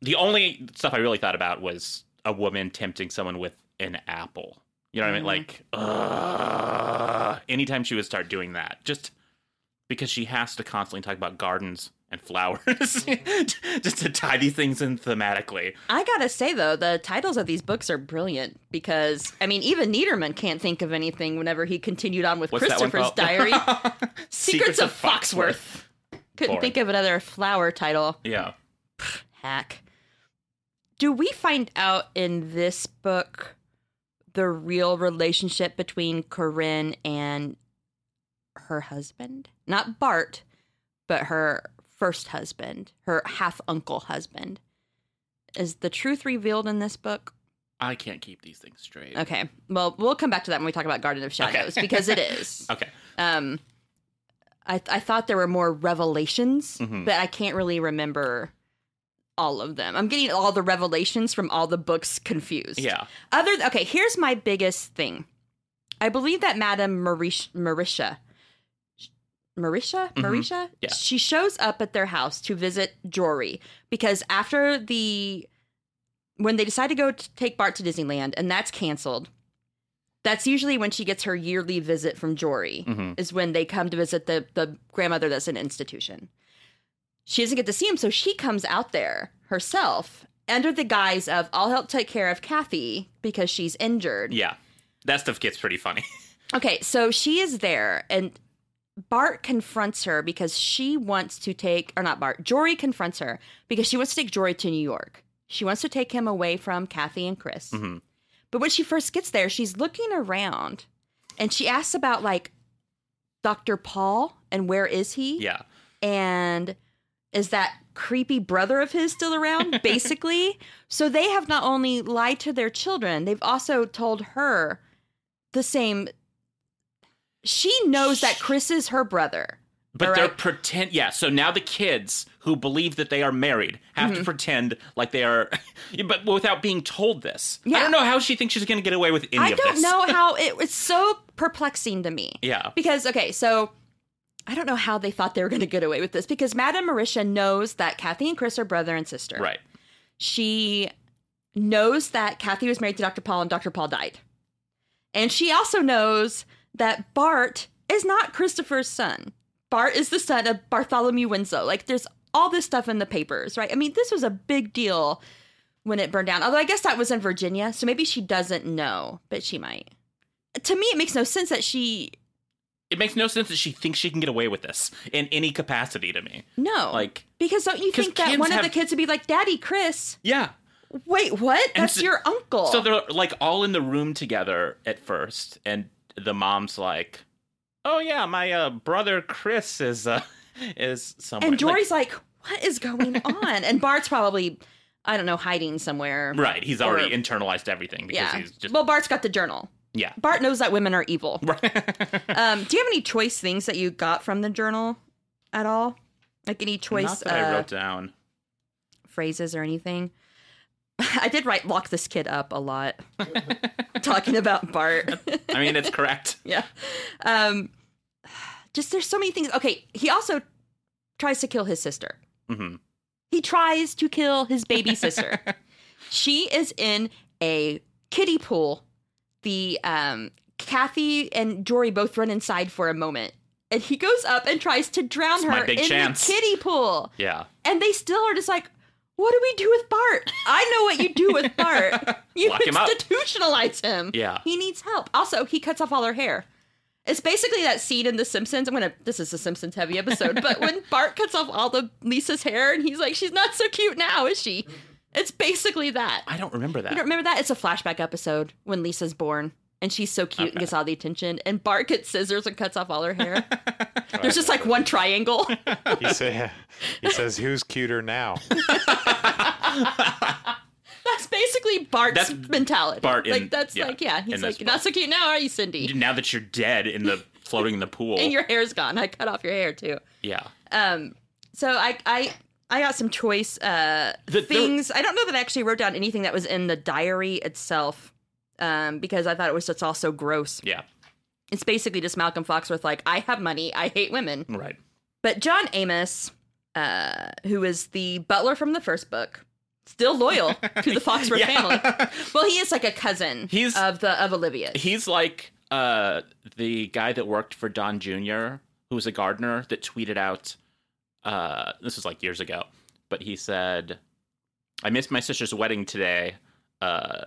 Speaker 3: the only stuff I really thought about was a woman tempting someone with an apple. You know what I mean?
Speaker 1: Mm-hmm.
Speaker 3: Like, ugh. anytime she would start doing that, just because she has to constantly talk about gardens and flowers,
Speaker 1: Mm-hmm.
Speaker 3: (laughs) just to tie these things in thematically.
Speaker 1: I gotta say though, the titles of these books are brilliant because I mean, even Niederman can't think of anything whenever he continued on with
Speaker 3: What's that one
Speaker 1: Christopher's
Speaker 3: called? (laughs)
Speaker 1: Diary. Secrets, of, Foxworth. Couldn't
Speaker 3: Boring.
Speaker 1: think of another flower title.
Speaker 3: Yeah.
Speaker 1: Hack. Do we find out in this book the real relationship between Corinne and her husband? Not Bart, but her first husband, her half uncle husband. Is the truth revealed in this book?
Speaker 3: I can't keep these things straight.
Speaker 1: Okay. Well, we'll come back to that when we talk about Garden of Shadows because it is.
Speaker 3: (laughs) Okay.
Speaker 1: Um, I I thought there were more revelations,
Speaker 3: Mhm.
Speaker 1: but I can't really remember all of them. I'm getting all the revelations from all the books confused.
Speaker 3: Yeah.
Speaker 1: Other okay, here's my biggest thing. I believe that Madame Marisha Marisha Marisha
Speaker 3: Mhm.
Speaker 1: Marisha
Speaker 3: Yeah.
Speaker 1: she shows up at their house to visit Jory because after the when they decide to go to take Bart to Disneyland and that's canceled. That's usually when she gets her yearly visit from Jory
Speaker 3: Mm-hmm.
Speaker 1: is when they come to visit the the grandmother that's in institution. She doesn't get to see him, so she comes out there herself under the guise of "I'll help take care of Kathy because she's injured."
Speaker 3: Yeah. That stuff gets pretty funny. (laughs)
Speaker 1: Okay, so she is there, and Bart confronts her because she wants to take, or not Bart, Jory confronts her because she wants to take Jory to New York. She wants to take him away from Kathy and Chris.
Speaker 3: Mhm.
Speaker 1: But when she first gets there, she's looking around and she asks about like Dr. Paul and where is he?
Speaker 3: Yeah.
Speaker 1: and is that creepy brother of his still around
Speaker 3: (laughs)
Speaker 1: basically so they have not only lied to their children they've also told her the same she knows that chris is her brother
Speaker 3: But
Speaker 1: All
Speaker 3: they're
Speaker 1: right.
Speaker 3: pretend. Yeah. So now the kids who believe that they are married have
Speaker 1: Mm-hmm.
Speaker 3: to pretend like they are, (laughs) but without being told this. I
Speaker 1: Yeah.
Speaker 3: don't know how she thinks she's going to get away with any
Speaker 1: I
Speaker 3: of
Speaker 1: don't
Speaker 3: this. (laughs)
Speaker 1: know how it was so perplexing to me.
Speaker 3: Yeah.
Speaker 1: Because okay, so I don't know how they thought they were going to get away with this because Madame Marisha knows that Kathy and Chris are brother and sister.
Speaker 3: Right.
Speaker 1: She knows that Kathy was married to Dr. Paul and Dr. Paul died. And she also knows that Bart is not Christopher's son. Bart is the son of Bartholomew Winslow. Like there's all this stuff in the papers, right? I mean, this was a big deal when it burned down. Although I guess that was in Virginia, so maybe she doesn't know, but she might. To me, it makes no sense that she
Speaker 3: It makes no sense that she thinks she can get away with this in any capacity to me.
Speaker 1: no,
Speaker 3: Like-
Speaker 1: because don't you
Speaker 3: 'Cause
Speaker 1: think that
Speaker 3: kids
Speaker 1: one
Speaker 3: have-
Speaker 1: of the kids would be like, "Daddy, Chris,
Speaker 3: Yeah.
Speaker 1: wait, what?
Speaker 3: And
Speaker 1: That's
Speaker 3: so-
Speaker 1: your uncle."
Speaker 3: So they're like all in the room together at first, and the mom's like, "Oh yeah, my uh, brother Chris is uh, (laughs) is somewhere."
Speaker 1: and Jory's like, "What is
Speaker 3: (laughs)
Speaker 1: going on?" and Bart's probably, I don't know, hiding somewhere.
Speaker 3: Like, right, he's already
Speaker 1: Or-
Speaker 3: internalized everything because
Speaker 1: Yeah.
Speaker 3: he's just
Speaker 1: Well, Bart's got the journal.
Speaker 3: yeah. (laughs)
Speaker 1: Bart knows that women are evil.
Speaker 3: Not
Speaker 1: Um, do you have any choice things that you got from the journal at all? Like any choice
Speaker 3: that I
Speaker 1: uh,
Speaker 3: wrote down.
Speaker 1: phrases or anything. (laughs) I did write lock this kid up a
Speaker 3: (laughs)
Speaker 1: lot, talking about Bart. (laughs)
Speaker 3: I mean, it's correct. (laughs)
Speaker 1: yeah. Um, (sighs) just there's so many things. Okay. He also tries to kill his sister.
Speaker 3: hmm
Speaker 1: He tries to kill his baby
Speaker 3: (laughs)
Speaker 1: sister. she is in a kiddie pool. The um, Kathy and Jory both run inside for a moment. And he goes up and tries to drown
Speaker 3: It's my
Speaker 1: her
Speaker 3: big
Speaker 1: in
Speaker 3: chance.
Speaker 1: the kiddie pool.
Speaker 3: Yeah.
Speaker 1: And they still are just like, what do we do with Bart? I know what you do
Speaker 3: (laughs)
Speaker 1: with Bart. You
Speaker 3: Lock him up.
Speaker 1: institutionalize him.
Speaker 3: Yeah.
Speaker 1: He needs help. Also, he cuts off all her hair. It's basically that scene in The Simpsons. I'm gonna this is a Simpsons heavy episode, but
Speaker 3: (laughs)
Speaker 1: when Bart cuts off all the Lisa's hair and he's like, She's not so cute now, is she? It's basically that.
Speaker 3: I don't remember that.
Speaker 1: You don't remember that? It's a flashback episode when Lisa's born and she's so cute and
Speaker 3: Okay.
Speaker 1: gets all the attention and Bart gets scissors and cuts off all her
Speaker 3: (laughs)
Speaker 1: hair. There's just like one triangle.
Speaker 2: He, say, he says, "Who's cuter now?"
Speaker 1: That's basically Bart's
Speaker 3: That's
Speaker 1: mentality.
Speaker 3: Bart in-
Speaker 1: like that's
Speaker 3: yeah,
Speaker 1: like yeah.
Speaker 3: in
Speaker 1: He's
Speaker 3: this
Speaker 1: like not so cute now, are you, Cindy?
Speaker 3: now that you're dead in
Speaker 1: (laughs)
Speaker 3: the floating in the pool.
Speaker 1: And your hair's gone. I cut off your hair too.
Speaker 3: yeah.
Speaker 1: Um. So I I I got some choice uh
Speaker 3: The- the-
Speaker 1: things. I don't know that I actually wrote down anything that was in the diary itself. Um, because I thought it was just all so gross.
Speaker 3: Yeah.
Speaker 1: It's basically just Malcolm Foxworth, like, I have money, I hate women.
Speaker 3: Right.
Speaker 1: But John Amos, uh, who is the butler from the first book, still loyal
Speaker 3: (laughs)
Speaker 1: to the Foxworth
Speaker 3: Yeah. (laughs)
Speaker 1: family. Well, he is like a cousin
Speaker 3: He's-
Speaker 1: of the of Olivia.
Speaker 3: He's like uh, the guy that worked for Don Jr., who was a gardener, that tweeted out uh, this was like years ago, but he said, I missed my sister's wedding today uh,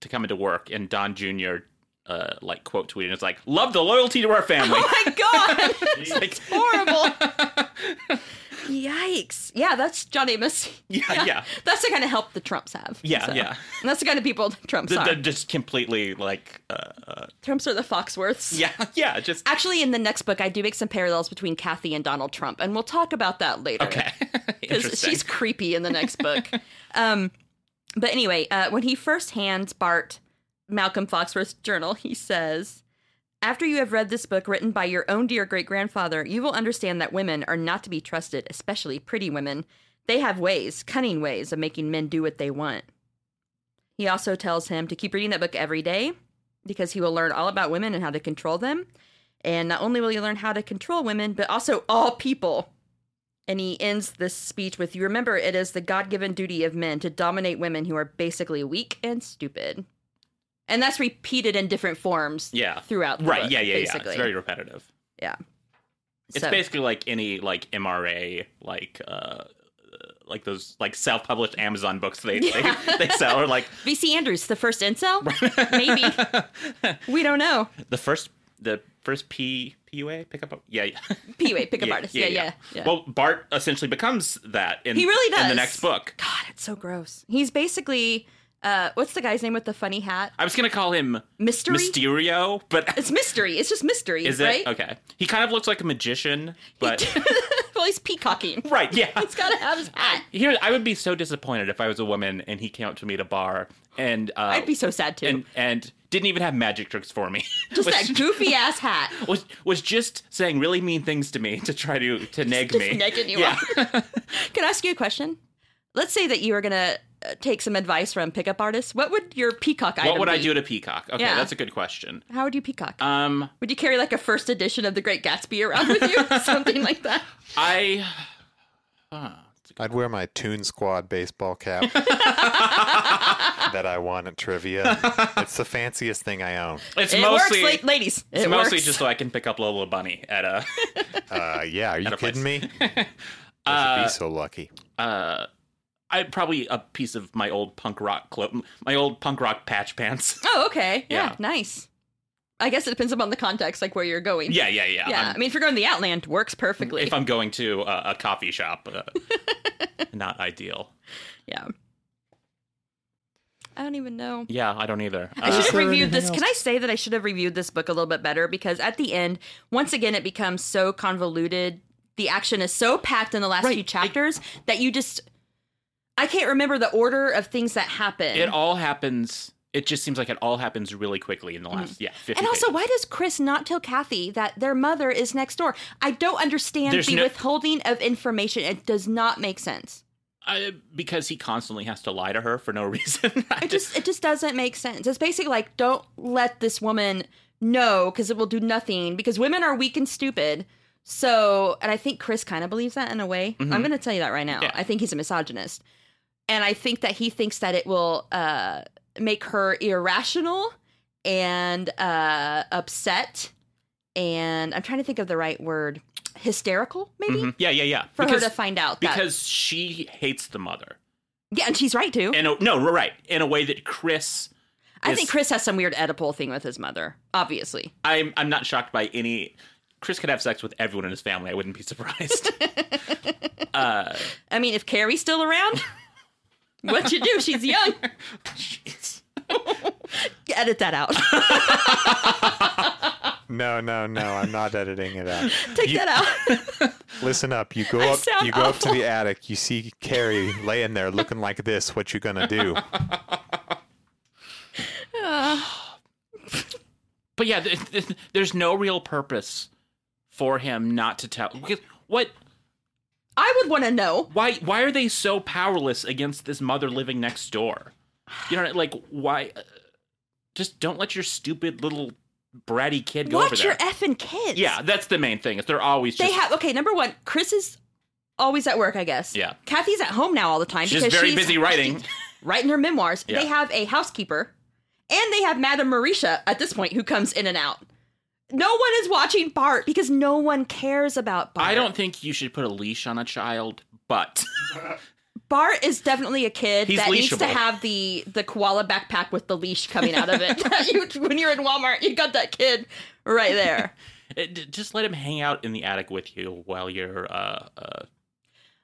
Speaker 3: to come into work. And Don Jr., uh, like, quote tweeted, and it's like, love the loyalty to our (laughs) family.
Speaker 1: Oh my god,
Speaker 3: It's like,
Speaker 1: horrible! Yikes! Yeah, that's John Amos.
Speaker 3: yeah, yeah.
Speaker 1: That's the kind of help the Trumps have.
Speaker 3: Yeah,
Speaker 1: So-
Speaker 3: yeah.
Speaker 1: And that's the kind of people the Trumps
Speaker 3: Th-
Speaker 1: are.
Speaker 3: th- just completely like, uh,
Speaker 1: Trumps are the Foxworths.
Speaker 3: yeah, (laughs) yeah, just
Speaker 1: Actually, in the next book, I do make some parallels between Kathy and Donald Trump, and we'll talk about that later.
Speaker 3: okay. (laughs)
Speaker 1: because
Speaker 3: Interesting.
Speaker 1: she's creepy in the next book. um, but anyway, uh, when he first hands Bart Malcolm Foxworth's journal, he says, "After you have read this book written by your own dear great grandfather, you will understand that women are not to be trusted, especially pretty women. They have ways, cunning ways, of making men do what they want." He also tells him to keep reading that book every day because he will learn all about women and how to control them. And not only will he learn how to control women, but also all people. And he ends this speech with You remember, it is the God given duty of men to dominate women who are basically weak and stupid. And that's repeated in different forms
Speaker 3: yeah.
Speaker 1: throughout the
Speaker 3: Right,
Speaker 1: book,
Speaker 3: yeah, yeah, yeah.
Speaker 1: basically.
Speaker 3: It's very repetitive.
Speaker 1: yeah.
Speaker 3: It's
Speaker 1: So-
Speaker 3: basically like any like MRA like uh like those like self published Amazon books they,
Speaker 1: Yeah.
Speaker 3: (laughs) they they sell
Speaker 1: (laughs)
Speaker 3: or like
Speaker 1: VC Andrews, the first
Speaker 3: (laughs)
Speaker 1: incel? Maybe. we don't know.
Speaker 3: the first the first P PUA pickup ar- (laughs) yeah yeah
Speaker 1: P wait, pickup artist. Yeah, yeah. yeah.
Speaker 3: well Bart essentially becomes that in
Speaker 1: He really
Speaker 3: in the
Speaker 1: does.
Speaker 3: next book
Speaker 1: God, it's so gross. He's basically uh what's the guy's name with the funny hat?
Speaker 3: I was gonna call him
Speaker 1: Mystery?
Speaker 3: Mysterio but
Speaker 1: It's mystery. It's just mystery,
Speaker 3: is it
Speaker 1: right? (laughs)
Speaker 3: okay he kind of looks like a magician but
Speaker 1: well, he's peacocking.
Speaker 3: (laughs)
Speaker 1: (laughs)
Speaker 3: right Oh. yeah
Speaker 1: He's got to have his hat.
Speaker 3: here I would be so disappointed if I was a woman and he came up to me at a bar and uh,
Speaker 1: I'd be so sad too.
Speaker 3: and and didn't even have magic tricks for me. (laughs)
Speaker 1: Just
Speaker 3: was,
Speaker 1: that goofy ass hat.
Speaker 3: was was just saying really mean things to me to try to to neg
Speaker 1: Just
Speaker 3: me.
Speaker 1: negging you (laughs)
Speaker 3: (laughs) yeah.
Speaker 1: Can I ask you a question? Let's say that you are gonna uh, take some advice from pickup artists. What would your peacock item?
Speaker 3: what would I
Speaker 1: be?
Speaker 3: do to Peacock? Okay,
Speaker 1: Yeah.
Speaker 3: that's a good question.
Speaker 1: How would you peacock?
Speaker 3: Um,
Speaker 1: would you carry like a first edition of The Great Gatsby around with
Speaker 3: (laughs)
Speaker 1: you, (laughs) something like that?
Speaker 3: I. Huh.
Speaker 2: I'd wear my Toon Squad baseball
Speaker 3: (laughs)
Speaker 2: cap that I won at trivia. It's the fanciest thing I own.
Speaker 3: It's
Speaker 1: it
Speaker 3: mostly
Speaker 1: works, la- ladies.
Speaker 3: it's
Speaker 1: it
Speaker 3: mostly
Speaker 1: works.
Speaker 3: just so I can pick up Lola Bunny at a. (laughs)
Speaker 2: Uh, yeah, are you
Speaker 3: Out of
Speaker 2: kidding
Speaker 3: place. (laughs)
Speaker 2: me? I should
Speaker 3: Uh,
Speaker 2: be so lucky.
Speaker 3: uh, I probably a piece of my old punk rock clo- my old punk rock patch pants. (laughs)
Speaker 1: Oh, okay. Yeah,
Speaker 3: Yeah.
Speaker 1: nice. I guess it depends upon the context, like where you're going.
Speaker 3: yeah, yeah, yeah.
Speaker 1: yeah.
Speaker 3: I'm-
Speaker 1: i mean, if you're going to the Outland, works perfectly.
Speaker 3: Um, if I'm going to a, a coffee shop, uh, (laughs) not ideal.
Speaker 1: yeah. I don't even know.
Speaker 3: Yeah, I don't either.
Speaker 1: I should
Speaker 3: Uh,
Speaker 1: have
Speaker 2: there
Speaker 1: reviewed this.
Speaker 2: anything
Speaker 1: Can I say that I should have reviewed this book a little bit better? Because at the end, once again, it becomes so convoluted. The action is so packed in the last
Speaker 3: Right.
Speaker 1: few
Speaker 3: It-
Speaker 1: chapters that you just. I can't remember the order of things that happen.
Speaker 3: it all happens. It just seems like it all happens really quickly in the last yeah. 50
Speaker 1: Mm-hmm. and also,
Speaker 3: pages.
Speaker 1: why does Chris not tell Kathy that their mother is next door? I don't understand
Speaker 3: There's
Speaker 1: the
Speaker 3: no-
Speaker 1: withholding of information. It does not make sense.
Speaker 3: I, because he constantly has to lie to her for no (laughs) reason. I
Speaker 1: It just it just doesn't make sense. It's basically like don't let this woman know because it will do nothing because women are weak and stupid. So, and I think Chris kind of believes that in a way. I'm going to tell you that right now.
Speaker 3: Mm-hmm. Yeah.
Speaker 1: I think he's a misogynist. And I think that he thinks that it will uh make her irrational and uh upset and I'm trying to think of the right word. Hysterical maybe
Speaker 3: Mhm. yeah, yeah, yeah.
Speaker 1: for
Speaker 3: because
Speaker 1: her to find out that
Speaker 3: because she hates the mother.
Speaker 1: Yeah, and she's right too.
Speaker 3: And no, we're right. In a way that Chris
Speaker 1: I
Speaker 3: is-
Speaker 1: think Chris has some weird Oedipal thing with his mother, obviously.
Speaker 3: I'm I'm not shocked by any. Chris could have sex with everyone in his family. I wouldn't
Speaker 1: (laughs)
Speaker 3: be surprised. uh,
Speaker 1: I mean, if Carrie's still around, what you do? She's young.
Speaker 3: jeez.
Speaker 1: Edit that
Speaker 3: (laughs)
Speaker 1: out.
Speaker 2: No, no, no. I'm not editing it out.
Speaker 1: Take
Speaker 2: You-
Speaker 1: that out.
Speaker 3: (laughs)
Speaker 2: Listen up. You go
Speaker 1: I
Speaker 2: up.
Speaker 1: sound
Speaker 2: You go up to
Speaker 1: awful.
Speaker 2: the attic. You see Carrie laying there looking like this. What you gonna do?
Speaker 3: but yeah, th- th- there's no real purpose for him not to tell. Because What?
Speaker 1: I would want to know.
Speaker 3: Why? Why are they so powerless against this mother living next door? You know, like why? Uh, just don't let your stupid little bratty kid go over
Speaker 1: Watch
Speaker 3: there.
Speaker 1: your effing kids.
Speaker 3: yeah, that's the main thing. Is they're always
Speaker 1: They
Speaker 3: just
Speaker 1: have, okay, number one, Chris is always at work, I guess.
Speaker 3: Yeah.
Speaker 1: Kathy's at home now all the time
Speaker 3: she's
Speaker 1: because
Speaker 3: very
Speaker 1: she's
Speaker 3: busy writing.
Speaker 1: (laughs) writing her memoirs.
Speaker 3: Yeah.
Speaker 1: They have a housekeeper and they have Madame Marisha at this point who comes in and out. No one is watching Bart because no one cares about Bart.
Speaker 3: I don't think you should put a leash on a child, but. (laughs)
Speaker 1: Bart is definitely a kid
Speaker 3: He's
Speaker 1: that needs to
Speaker 3: leashable.
Speaker 1: have the the koala backpack with the leash coming out of it. (laughs)
Speaker 3: (laughs)
Speaker 1: you, when you're in Walmart, you got that kid right there.
Speaker 3: Uh, d- just let him hang out in the attic with you while you're uh, uh,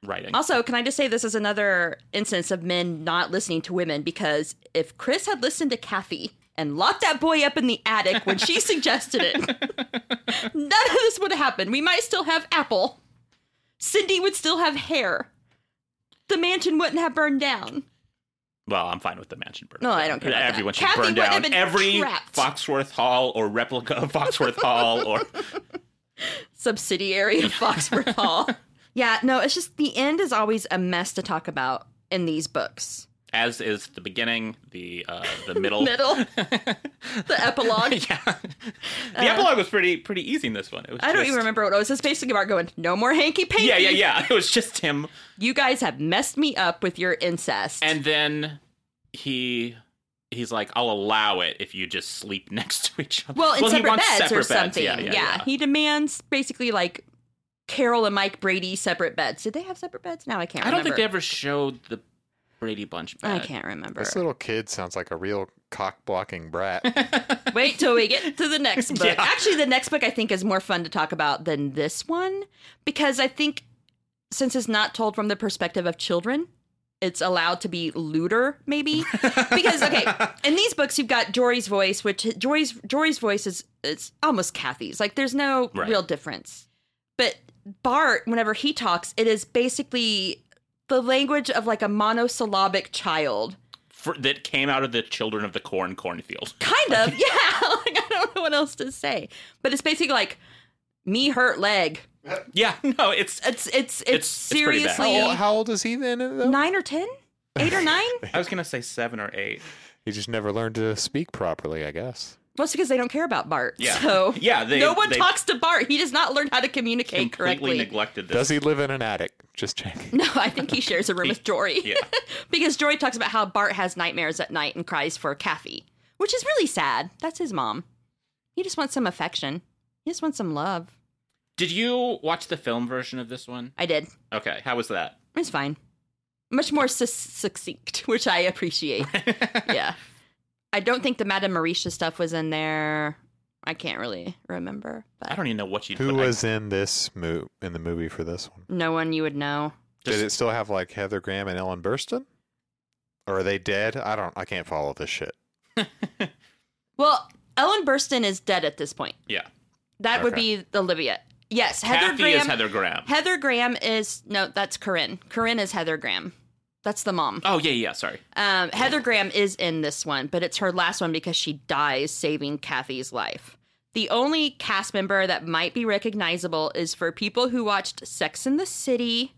Speaker 3: writing.
Speaker 1: also, can I just say this is another instance of men not listening to women because if Chris had listened to Kathy and locked that boy up in the attic when
Speaker 3: (laughs)
Speaker 1: she suggested it, none of this would have happened. We might still have Apple. Cindy would still have hair. The mansion wouldn't have burned down.
Speaker 3: well, I'm fine with the mansion burning.
Speaker 1: No,
Speaker 3: down.
Speaker 1: I don't care about that.
Speaker 3: Everyone should
Speaker 1: Kathy
Speaker 3: burn
Speaker 1: would have
Speaker 3: down
Speaker 1: been
Speaker 3: every
Speaker 1: trapped.
Speaker 3: Foxworth Hall or replica of Foxworth Hall
Speaker 1: (laughs)
Speaker 3: or
Speaker 1: subsidiary of Foxford (laughs) Hall. Yeah, no, it's just the end is always a mess to talk about in these books.
Speaker 3: as is the beginning, the uh,
Speaker 1: (laughs)
Speaker 3: the middle.
Speaker 1: Middle, the epilogue.
Speaker 3: (laughs) yeah. The epilogue was pretty pretty easy in this one. It was
Speaker 1: (laughs) I don't
Speaker 3: just-
Speaker 1: even remember what it was. It's basically about going, no more hanky panky.
Speaker 3: Yeah, yeah, yeah. (laughs) It was just him
Speaker 1: You guys have messed me up with your incest.
Speaker 3: and then he he's like, I'll allow it if you just sleep (laughs) next to each other.
Speaker 1: well, in
Speaker 3: he
Speaker 1: separate beds
Speaker 3: wants
Speaker 1: or
Speaker 3: separate beds.
Speaker 1: something.
Speaker 3: Yeah, yeah, yeah.
Speaker 1: he demands basically like Carol and Mike Brady separate beds. Did they have separate beds? Now I can't.
Speaker 3: I don't think they
Speaker 1: remember.
Speaker 3: ever showed the Brady Bunch
Speaker 1: I
Speaker 3: bed.
Speaker 1: can't remember.
Speaker 2: This little kid sounds like a real cock blocking
Speaker 1: (laughs)
Speaker 2: brat.
Speaker 1: Wait till we get to the next book.
Speaker 3: Yeah.
Speaker 1: Actually, the next book I think is more fun to talk about than this one because I think since it's not told from the perspective of children, it's allowed to be lewder, maybe. Because okay, in these books you've got Jory's voice, which Jory's Jory's voice is it's almost Kathy's. Like there's no
Speaker 3: Right.
Speaker 1: real difference. But Bart, whenever he talks, it is basically the language of like a monosyllabic child
Speaker 3: for, that came out of the children of the corn cornfield. (laughs)
Speaker 1: Kind of, (laughs) yeah. Like I don't know what else to say, but it's basically like me hurt leg.
Speaker 3: Yeah, no, it's
Speaker 1: It's it's it's,
Speaker 3: It's- it's pretty bad. Oh,
Speaker 1: seriously
Speaker 2: How, how old is he then? uh, Though?
Speaker 1: nine or ten, eight or
Speaker 3: (laughs)
Speaker 1: nine.
Speaker 3: I was gonna say seven or eight.
Speaker 2: He just never learned to speak properly, I guess.
Speaker 1: Well, it's because they don't care about Bart.
Speaker 3: Yeah,
Speaker 1: So
Speaker 3: yeah, they,
Speaker 1: no one
Speaker 3: they
Speaker 1: talks to Bart. He does not learn how to communicate
Speaker 3: completely
Speaker 1: correctly.
Speaker 3: neglected this.
Speaker 2: Does he live in an attic? Just (laughs) checking.
Speaker 1: (laughs) no, I think he shares a room with Jory.
Speaker 3: (laughs)
Speaker 1: (laughs)
Speaker 3: Yeah,
Speaker 1: because Jory talks about how Bart has nightmares at night and cries for Kathy, which is really sad. That's his mom. He just wants some affection. He just wants some love.
Speaker 3: did you watch the film version of this one?
Speaker 1: I did.
Speaker 3: Okay, how was that?
Speaker 1: It's fine. Much more sus- succinct, (laughs) which I
Speaker 3: (laughs)
Speaker 1: appreciate. yeah. I don't think the Madame Marisha stuff was in there. I can't really remember. But
Speaker 3: I don't even know what you.
Speaker 2: Who was in this mo- in the movie for this one?
Speaker 1: no one you would know.
Speaker 2: Did
Speaker 3: Just-
Speaker 2: it still have like Heather Graham and Ellen Burstyn? Or are they dead? I don't. I can't follow this shit.
Speaker 1: Well, Ellen Burstyn is dead at this point.
Speaker 3: Yeah,
Speaker 1: That would
Speaker 2: Okay.
Speaker 1: be Olivia. Yes, Heather
Speaker 3: Kathy
Speaker 1: Graham.
Speaker 3: is Heather Graham.
Speaker 1: Heather Graham is no, that's Corinne. Corinne is Heather Graham. That's the mom.
Speaker 3: oh yeah, yeah. Sorry.
Speaker 1: Um, Heather Graham is in this one, but it's her last one because she dies saving Kathy's life. The only cast member that might be recognizable is for people who watched Sex in the City,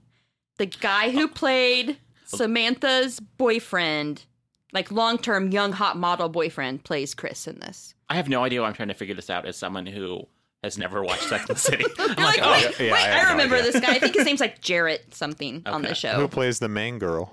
Speaker 1: the guy who played Samantha's boyfriend, like long term young hot model boyfriend, plays Chris in this.
Speaker 3: I have no idea. why I'm trying to ffigure this out as someone who has never watched Sex and the City.
Speaker 1: (laughs)
Speaker 3: I'm
Speaker 1: You're like,
Speaker 3: oh,
Speaker 1: wait,
Speaker 2: yeah, yeah,
Speaker 1: wait,
Speaker 2: I
Speaker 1: I,
Speaker 2: have no
Speaker 1: remember
Speaker 2: idea.
Speaker 1: this guy. I think
Speaker 2: (laughs)
Speaker 1: his name's like Jarrett something on the
Speaker 3: Okay.
Speaker 2: Who
Speaker 1: show.
Speaker 2: plays the main girl?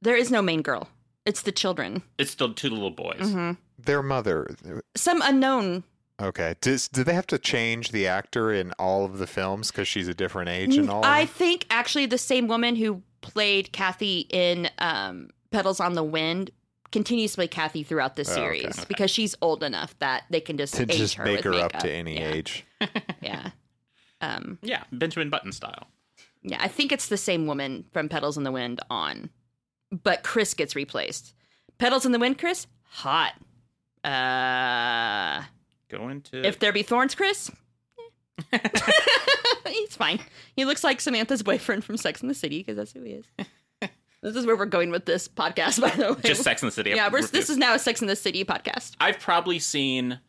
Speaker 1: There is no main girl. It's the children.
Speaker 3: it's still two little boys.
Speaker 1: Mm-hmm.
Speaker 2: Their mother.
Speaker 1: Some unknown.
Speaker 2: Okay. Does do they have to change the actor in all of the films because she's a different age and all? of
Speaker 1: Mm, I
Speaker 2: them?
Speaker 1: think actually the same woman who played Kathy in um, Petals on the Wind continues to play Kathy throughout the
Speaker 2: Oh, okay.
Speaker 1: series because she's old enough that they can just
Speaker 2: to
Speaker 1: age
Speaker 2: just
Speaker 1: her
Speaker 2: make
Speaker 1: with
Speaker 2: her up
Speaker 1: makeup.
Speaker 2: to any
Speaker 1: yeah,
Speaker 2: age.
Speaker 1: Yeah. Um,
Speaker 3: Yeah, Benjamin Button style.
Speaker 1: yeah, I think it's the same woman from Petals in the Wind on, but Chris gets replaced. Petals in the Wind, Chris, hot. Uh,
Speaker 3: Going to
Speaker 1: If there be thorns,
Speaker 3: (laughs)
Speaker 1: Chris, (laughs) eh. he's fine. He looks like Samantha's boyfriend from Sex in the City because that's who he is.
Speaker 3: (laughs)
Speaker 1: this is where we're going with this podcast, by the way.
Speaker 3: just Sex and the City.
Speaker 1: yeah, we're,
Speaker 3: review.
Speaker 1: this is now a Sex in the City podcast.
Speaker 3: I've probably seen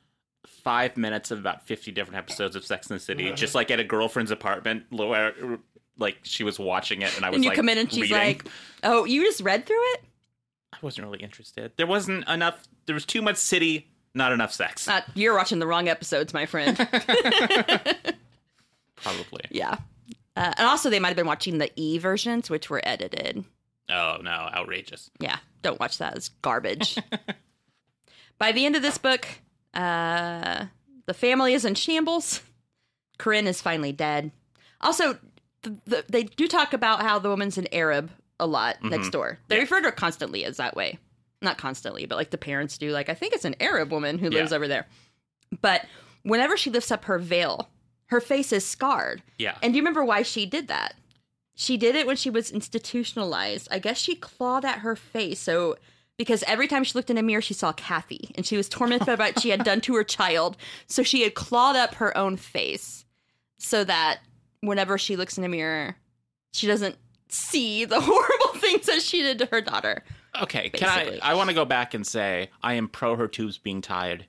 Speaker 3: five minutes of about 50 different episodes of Sex and the City, just like at a girlfriend's apartment where, like, she was watching it and I was
Speaker 1: And you
Speaker 3: like,
Speaker 1: come in and she's
Speaker 3: reading.
Speaker 1: like, "Oh, you just read through it?
Speaker 3: I wasn't really interested. There wasn't enough, there was too much city, not enough sex.
Speaker 1: Uh, you're watching the wrong episodes, my
Speaker 3: (laughs)
Speaker 1: friend."
Speaker 3: probably.
Speaker 1: yeah, uh, and also they might have been watching the E versions, which were edited.
Speaker 3: Oh, no, outrageous.
Speaker 1: Yeah, don't watch that. It's garbage. (laughs) By the end of this book, uh, the family is in shambles. Corinne is finally dead. Also, th the, they do talk about how the woman's an Arab a lot next door. They refer to her constantly as that way. Not constantly, but like the parents do. Like, I think it's an Arab woman who lives
Speaker 3: Yeah.
Speaker 1: over there. But whenever she lifts up her veil, her face is scarred.
Speaker 3: Yeah.
Speaker 1: And do you remember why she did that? She did it when she was institutionalized. I guess she clawed at her face. So, because every time she looked in a mirror, she saw Kathy and she was tormented by what she had done
Speaker 3: (laughs)
Speaker 1: to her child. So, she had clawed up her own face so that whenever she looks in a mirror, she doesn't see the (laughs) horrible things that she did to her daughter.
Speaker 3: okay, can I?
Speaker 1: Basically.
Speaker 3: I want to go back and say I am pro her tubes being tied.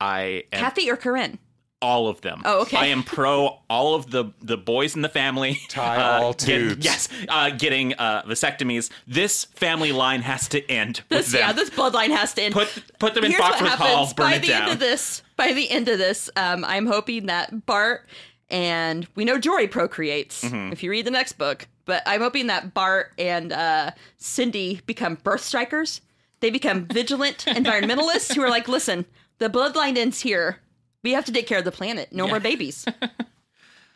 Speaker 3: I am
Speaker 1: Kathy or Corinne?
Speaker 3: all of them.
Speaker 1: Oh, okay.
Speaker 3: I am pro all of the the boys in the family.
Speaker 2: (laughs) Tie all
Speaker 3: get-
Speaker 2: tubes.
Speaker 3: yes, uh, getting uh, vasectomies. This family line has to end. With
Speaker 1: This,
Speaker 3: them.
Speaker 1: yeah, this bloodline has to end.
Speaker 3: put put them in
Speaker 1: Here's what
Speaker 3: Foxworth Hall.
Speaker 1: happens
Speaker 3: Burn
Speaker 1: by
Speaker 3: it
Speaker 1: the
Speaker 3: down.
Speaker 1: end of this. By the end of this, um, I'm hoping that Bart and we know Jory procreates.
Speaker 3: Mm-hmm.
Speaker 1: If you read the next book, but I'm hoping that Bart and uh, Cindy become birth strikers. They become
Speaker 3: (laughs)
Speaker 1: vigilant environmentalists who are like, listen, the bloodline ends here. We have to take care of the planet. No more
Speaker 3: (laughs)
Speaker 1: babies.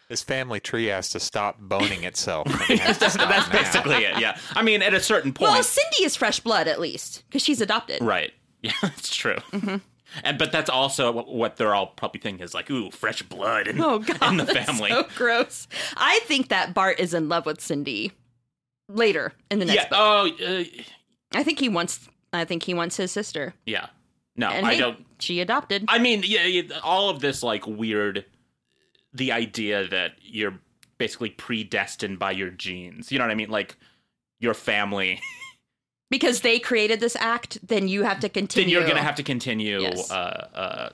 Speaker 2: This family tree has
Speaker 1: (laughs)
Speaker 2: to stop boning itself. It has to stop
Speaker 3: That's
Speaker 2: now.
Speaker 3: basically it. Yeah, I mean, at a certain point,
Speaker 1: well, Cindy is fresh blood at least because she's adopted.
Speaker 3: right? (laughs) Yeah, that's true.
Speaker 1: Mm-hmm.
Speaker 3: And but that's also what, what they're all probably thinking is like, ooh, fresh blood
Speaker 1: (laughs)
Speaker 3: in,
Speaker 1: Oh god,
Speaker 3: (laughs) in the
Speaker 1: that's
Speaker 3: family.
Speaker 1: so gross. I think that Bart is in love with Cindy later in the next
Speaker 3: yeah.
Speaker 1: book.
Speaker 3: Oh, uh,
Speaker 1: I think he wants. I think he wants his sister.
Speaker 3: yeah. No,
Speaker 1: And
Speaker 3: I
Speaker 1: hey,
Speaker 3: don't.
Speaker 1: She adopted.
Speaker 3: I mean, yeah, yeah, all of this like weird, the idea that you're basically predestined by your genes. You know what I mean? Like your family
Speaker 1: because they created this act, then you have (laughs) to continue.
Speaker 3: Then you're going to have to continue.
Speaker 1: Yes.
Speaker 3: Uh, uh,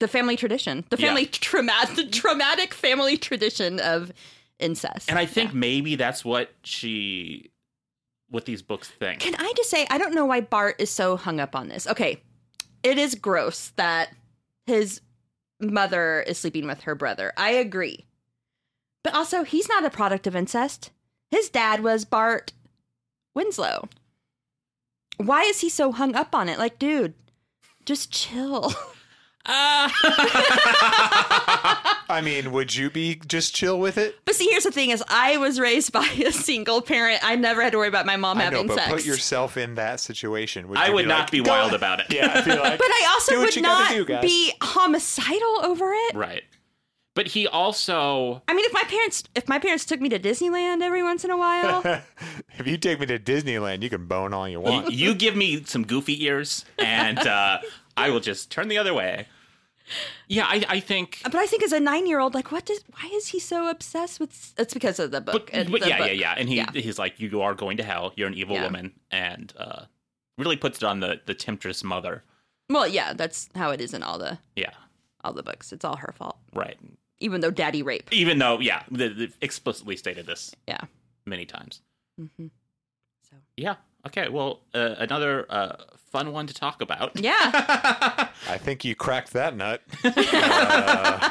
Speaker 1: the family tradition, the
Speaker 3: Yeah.
Speaker 1: family (laughs) traumatic, the traumatic family tradition of incest.
Speaker 3: and I think maybe that's what she, what these books think.
Speaker 1: Can I just say, I don't know why Bart is so hung up on this. Okay. It is gross that his mother is sleeping with her brother. I agree. But also, he's not a product of incest. His dad was Bart Winslow. Why is he so hung up on it? Like, dude, just chill. (laughs)
Speaker 2: I mean, would you be just chill with it?
Speaker 1: But see, here's the thing is I was raised by a single parent. I never had to worry about my mom
Speaker 2: I know,
Speaker 1: having
Speaker 2: but
Speaker 1: sex.
Speaker 2: put yourself in that situation.
Speaker 3: I
Speaker 2: you
Speaker 3: would not
Speaker 2: like,
Speaker 3: be
Speaker 2: "Go
Speaker 3: wild
Speaker 2: ahead." (laughs)
Speaker 3: about it.
Speaker 2: Yeah, I'd
Speaker 3: (laughs)
Speaker 2: be like,
Speaker 1: but I
Speaker 2: Do
Speaker 1: also
Speaker 2: what
Speaker 1: would
Speaker 2: you gotta
Speaker 1: not
Speaker 2: do, guys.
Speaker 1: be homicidal over it.
Speaker 3: Right. But he also
Speaker 1: I mean, if my parents if my parents took me to Disneyland every once in a
Speaker 3: (laughs)
Speaker 1: while,
Speaker 2: if you take me to Disneyland, you can bone all you
Speaker 3: you,
Speaker 2: want.
Speaker 3: you give me some goofy ears and uh, I will just turn the other way. Yeah, I, I think
Speaker 1: but I think as a nine year old, like, what does why is he so obsessed with? It's because of the book.
Speaker 3: but,
Speaker 1: uh,
Speaker 3: but
Speaker 1: the
Speaker 3: yeah, yeah,
Speaker 1: book.
Speaker 3: yeah. And he
Speaker 1: Yeah.
Speaker 3: he's like, You are going to hell, you're an evil
Speaker 1: Yeah.
Speaker 3: woman and uh, really puts it on the, the temptress mother.
Speaker 1: Well, yeah, that's how it is in all the
Speaker 3: Yeah.
Speaker 1: all the books. It's all her fault,
Speaker 3: Right.
Speaker 1: even though daddy rape.
Speaker 3: Even though, yeah, they- they've explicitly stated this
Speaker 1: Yeah.
Speaker 3: many times.
Speaker 1: hmm So
Speaker 3: Yeah. Okay. Well, uh, another uh, fun one to talk about.
Speaker 1: yeah,
Speaker 3: (laughs)
Speaker 2: I think you cracked that
Speaker 1: (laughs)
Speaker 2: nut uh,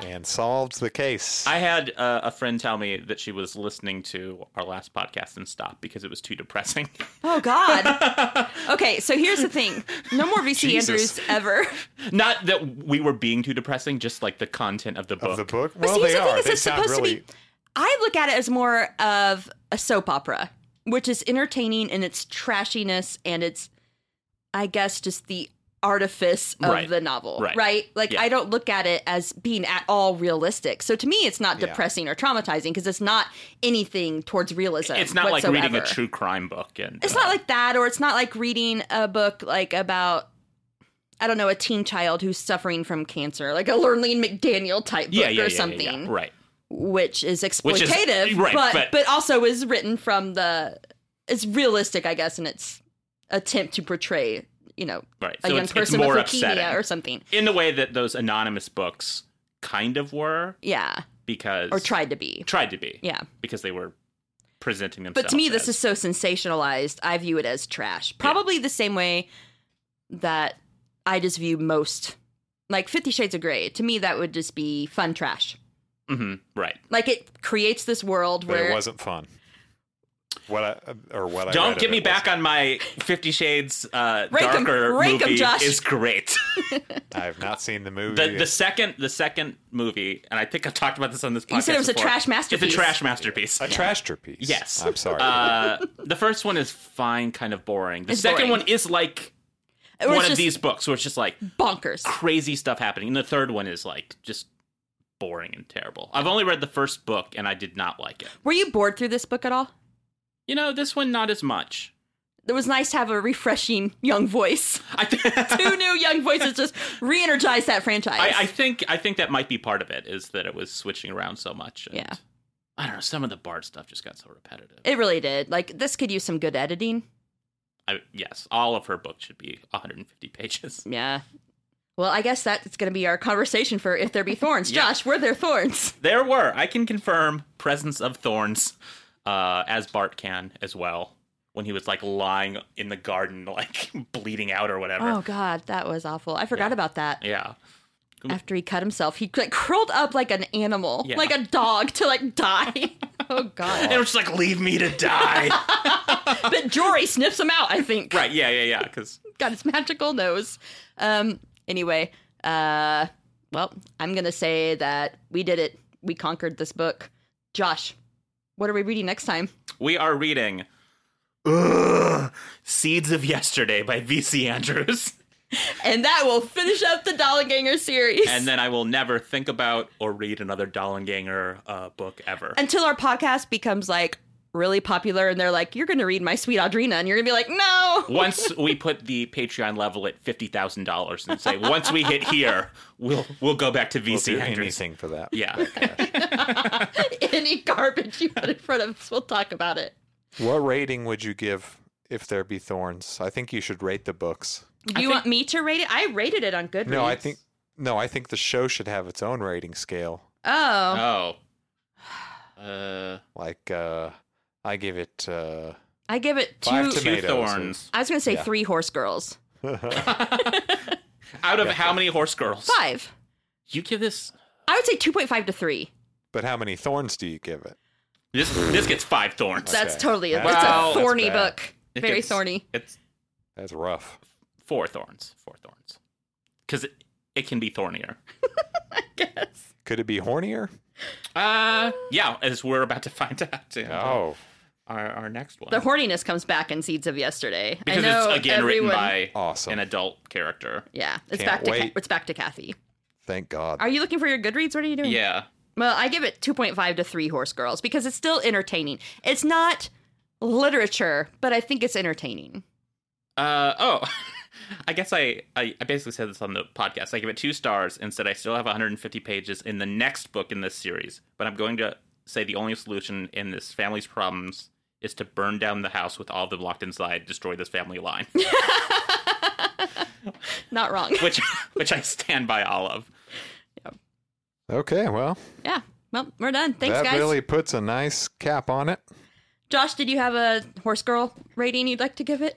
Speaker 2: and solved the case.
Speaker 3: I had uh, a friend tell me that she was listening to our last podcast and stopped because it was too depressing. (laughs)
Speaker 1: oh god. Okay, so here's the thing: no more VC
Speaker 2: Jesus.
Speaker 1: Andrews ever.
Speaker 3: Not that we were being too depressing, just like the content of the book.
Speaker 2: of the book?
Speaker 1: But
Speaker 2: well,
Speaker 1: see,
Speaker 2: they
Speaker 1: here's the
Speaker 2: are.
Speaker 1: thing: is
Speaker 2: they
Speaker 1: it's
Speaker 2: sound
Speaker 1: supposed
Speaker 2: really.
Speaker 1: to be. I look at it as more of a soap opera, which is entertaining in its trashiness and its, I guess, just the artifice of
Speaker 3: Right.
Speaker 1: the novel,
Speaker 3: Right.
Speaker 1: right? Like
Speaker 3: Yeah.
Speaker 1: I don't look at it as being at all realistic. So to me, it's not
Speaker 2: Yeah.
Speaker 1: depressing or traumatizing because it's not anything towards realism.
Speaker 3: it's not
Speaker 1: whatsoever.
Speaker 3: like reading a true crime book, and
Speaker 1: It's
Speaker 3: uh,
Speaker 1: not like that, or it's not like reading a book like about. I don't know, a teen child who's suffering from cancer, like a Lurleen McDaniel type book
Speaker 3: yeah, yeah,
Speaker 1: or
Speaker 3: yeah,
Speaker 1: something
Speaker 3: Yeah, yeah. Right.
Speaker 1: which is
Speaker 3: Which is-
Speaker 1: exploitative,
Speaker 3: right,
Speaker 1: but,
Speaker 3: but-
Speaker 1: but also is written from the it's realistic, I guess, in its attempt to portray you know
Speaker 3: Right.
Speaker 1: a
Speaker 3: So
Speaker 1: young
Speaker 3: it's- it's
Speaker 1: person
Speaker 3: more
Speaker 1: with leukemia
Speaker 3: upsetting.
Speaker 1: or something.
Speaker 3: In the way that those anonymous books kind of were,
Speaker 1: Yeah,
Speaker 3: because
Speaker 1: or tried to be.
Speaker 3: tried to be,
Speaker 1: Yeah,
Speaker 3: because they were presenting themselves.
Speaker 1: but to me, this
Speaker 3: as-
Speaker 1: is so sensationalized. I view it as trash. Probably the same way that I just view most, like Fifty Shades of Grey. To me, that would just be fun trash.
Speaker 3: Mhm, right.
Speaker 1: Like it creates this world
Speaker 2: But
Speaker 1: where
Speaker 2: it wasn't fun. What I uh, or what I read
Speaker 3: Don't
Speaker 2: of
Speaker 3: get me
Speaker 2: it
Speaker 3: back on my Fifty Shades uh,
Speaker 1: Rake 'em,
Speaker 3: Darker
Speaker 1: rake 'em,
Speaker 3: movie.
Speaker 1: Josh.
Speaker 3: Is great.
Speaker 2: was- I have not seen the movie.
Speaker 3: The, the second the second movie, and I think I've talked about this on this podcast.
Speaker 1: You said it was a
Speaker 3: before.
Speaker 1: trash masterpiece.
Speaker 3: It's a trash masterpiece.
Speaker 2: a trash piece.
Speaker 3: Yes.
Speaker 2: I'm sorry.
Speaker 3: Uh, the first one is fine, kind of boring. The
Speaker 1: It's
Speaker 3: second
Speaker 1: boring.
Speaker 3: one is like
Speaker 1: where
Speaker 3: one
Speaker 1: it's
Speaker 3: of
Speaker 1: just
Speaker 3: these books where it's just like
Speaker 1: bonkers.
Speaker 3: crazy stuff happening, and the third one is like just boring and terrible. I've only read the first book, and I did not like it.
Speaker 1: Were you bored through this book at all?
Speaker 3: You know, this one not as much.
Speaker 1: it was nice to have a refreshing young
Speaker 3: (laughs)
Speaker 1: voice.
Speaker 3: I think.
Speaker 1: Two new young voices just re-energized that franchise.
Speaker 3: I, I think I think that might be part of it is that it was switching around so much. and
Speaker 1: Yeah.
Speaker 3: I don't know. Some of the Bard stuff just got so repetitive.
Speaker 1: it really did. Like this could use some good editing.
Speaker 3: I, yes, all of her books should be 150 pages. (laughs)
Speaker 1: Yeah. Well, I guess that's going to be our conversation for if there be thorns.
Speaker 3: (laughs) Yeah.
Speaker 1: Josh, were there thorns?
Speaker 3: There were. I can confirm presence of thorns, uh, as Bart can as well. When he was like lying in the garden, (laughs) like bleeding out or whatever.
Speaker 1: Oh God, that was awful. I forgot about that.
Speaker 3: Yeah.
Speaker 1: After he cut himself, he like curled up like an animal,
Speaker 3: Yeah.
Speaker 1: like a dog, to like die. (laughs) oh
Speaker 3: (laughs) And
Speaker 1: God.
Speaker 3: it was just like, leave me to (laughs) die.
Speaker 1: but Jory sniffs him out. I think.
Speaker 3: right. Yeah. Yeah. Yeah. Because
Speaker 1: got his (laughs) magical nose. Um. Anyway, uh, well, I'm gonna say that we did it. We conquered this book. Josh, what are we reading next time?
Speaker 3: we are reading Ugh, Seeds of Yesterday by V.C. Andrews.
Speaker 1: And that will finish up the Doppelganger series.
Speaker 3: and then I will never think about or read another Dollenganger uh, book ever.
Speaker 1: until our podcast becomes like really popular, and they're like, "You're gonna read my sweet Audrina," and you're gonna be like, "No." (laughs)
Speaker 3: once we put the Patreon level at fifty thousand dollars and say, once we hit here, we'll we'll go back to
Speaker 2: we'll
Speaker 3: VC
Speaker 2: do E
Speaker 3: Andrews.
Speaker 2: anything for that.
Speaker 1: (laughs)
Speaker 3: Yeah,
Speaker 1: Any garbage you put in front of us, we'll talk about it.
Speaker 2: What rating would you give If There Be Thorns. I think you should rate the books.
Speaker 1: You
Speaker 3: I
Speaker 1: want me to rate it? I rated it on Goodreads.
Speaker 2: No, I think no, I think the show should have its own rating scale.
Speaker 1: Oh,
Speaker 3: Oh. Uh,
Speaker 2: Like uh I give it uh (laughs)
Speaker 1: I give it
Speaker 2: Five
Speaker 1: two.
Speaker 2: to-
Speaker 3: two
Speaker 2: Tomatoes.
Speaker 3: thorns.
Speaker 1: I was gonna say
Speaker 2: Yeah.
Speaker 1: three horse girls.
Speaker 3: Out of how many horse girls?
Speaker 1: Five.
Speaker 3: You give this.
Speaker 1: I would say two point five to three.
Speaker 2: but how many thorns do you give it?
Speaker 3: This this gets five thorns.
Speaker 1: That's
Speaker 2: Okay.
Speaker 1: totally.
Speaker 2: That's
Speaker 1: it's
Speaker 3: bad.
Speaker 1: a thorny
Speaker 2: That's bad.
Speaker 1: book.
Speaker 3: It
Speaker 1: Very
Speaker 3: gets-
Speaker 1: thorny.
Speaker 3: It's
Speaker 2: That's rough.
Speaker 3: four thorns. Four thorns. Because it, it can be thornier.
Speaker 1: I guess.
Speaker 2: Could it be hornier?
Speaker 3: Uh, yeah, as we're about to find out. in
Speaker 2: Oh.
Speaker 3: Our, our next one.
Speaker 1: The horniness comes back in Seeds of Yesterday.
Speaker 3: because
Speaker 1: I know
Speaker 3: it's again
Speaker 1: everyone,
Speaker 3: written by
Speaker 2: Awesome.
Speaker 3: an adult character.
Speaker 1: Yeah, it's
Speaker 2: Can't
Speaker 1: back to Ca-
Speaker 2: wait.
Speaker 1: it's back to Kathy.
Speaker 2: Thank God.
Speaker 1: Are you looking for your Goodreads? What are you doing?
Speaker 3: Yeah.
Speaker 1: Well, I give it 2.5 to 3 horse girls because it's still entertaining. It's not literature, but I think it's entertaining.
Speaker 3: Uh oh. (laughs) I guess I, I I basically said this on the podcast. I give it two stars and said I still have 150 pages in the next book in this series, but I'm going to say the only solution in this family's problems is to burn down the house with all of them locked inside, destroy this family line, (laughs)
Speaker 1: Not wrong.
Speaker 3: which which I stand by all of.
Speaker 2: Okay, well,
Speaker 1: yeah. Well, we're done. Thanks,
Speaker 2: that
Speaker 1: guys.
Speaker 2: really puts a nice cap on it.
Speaker 1: Josh, did you have a horse girl rating you'd like to give it?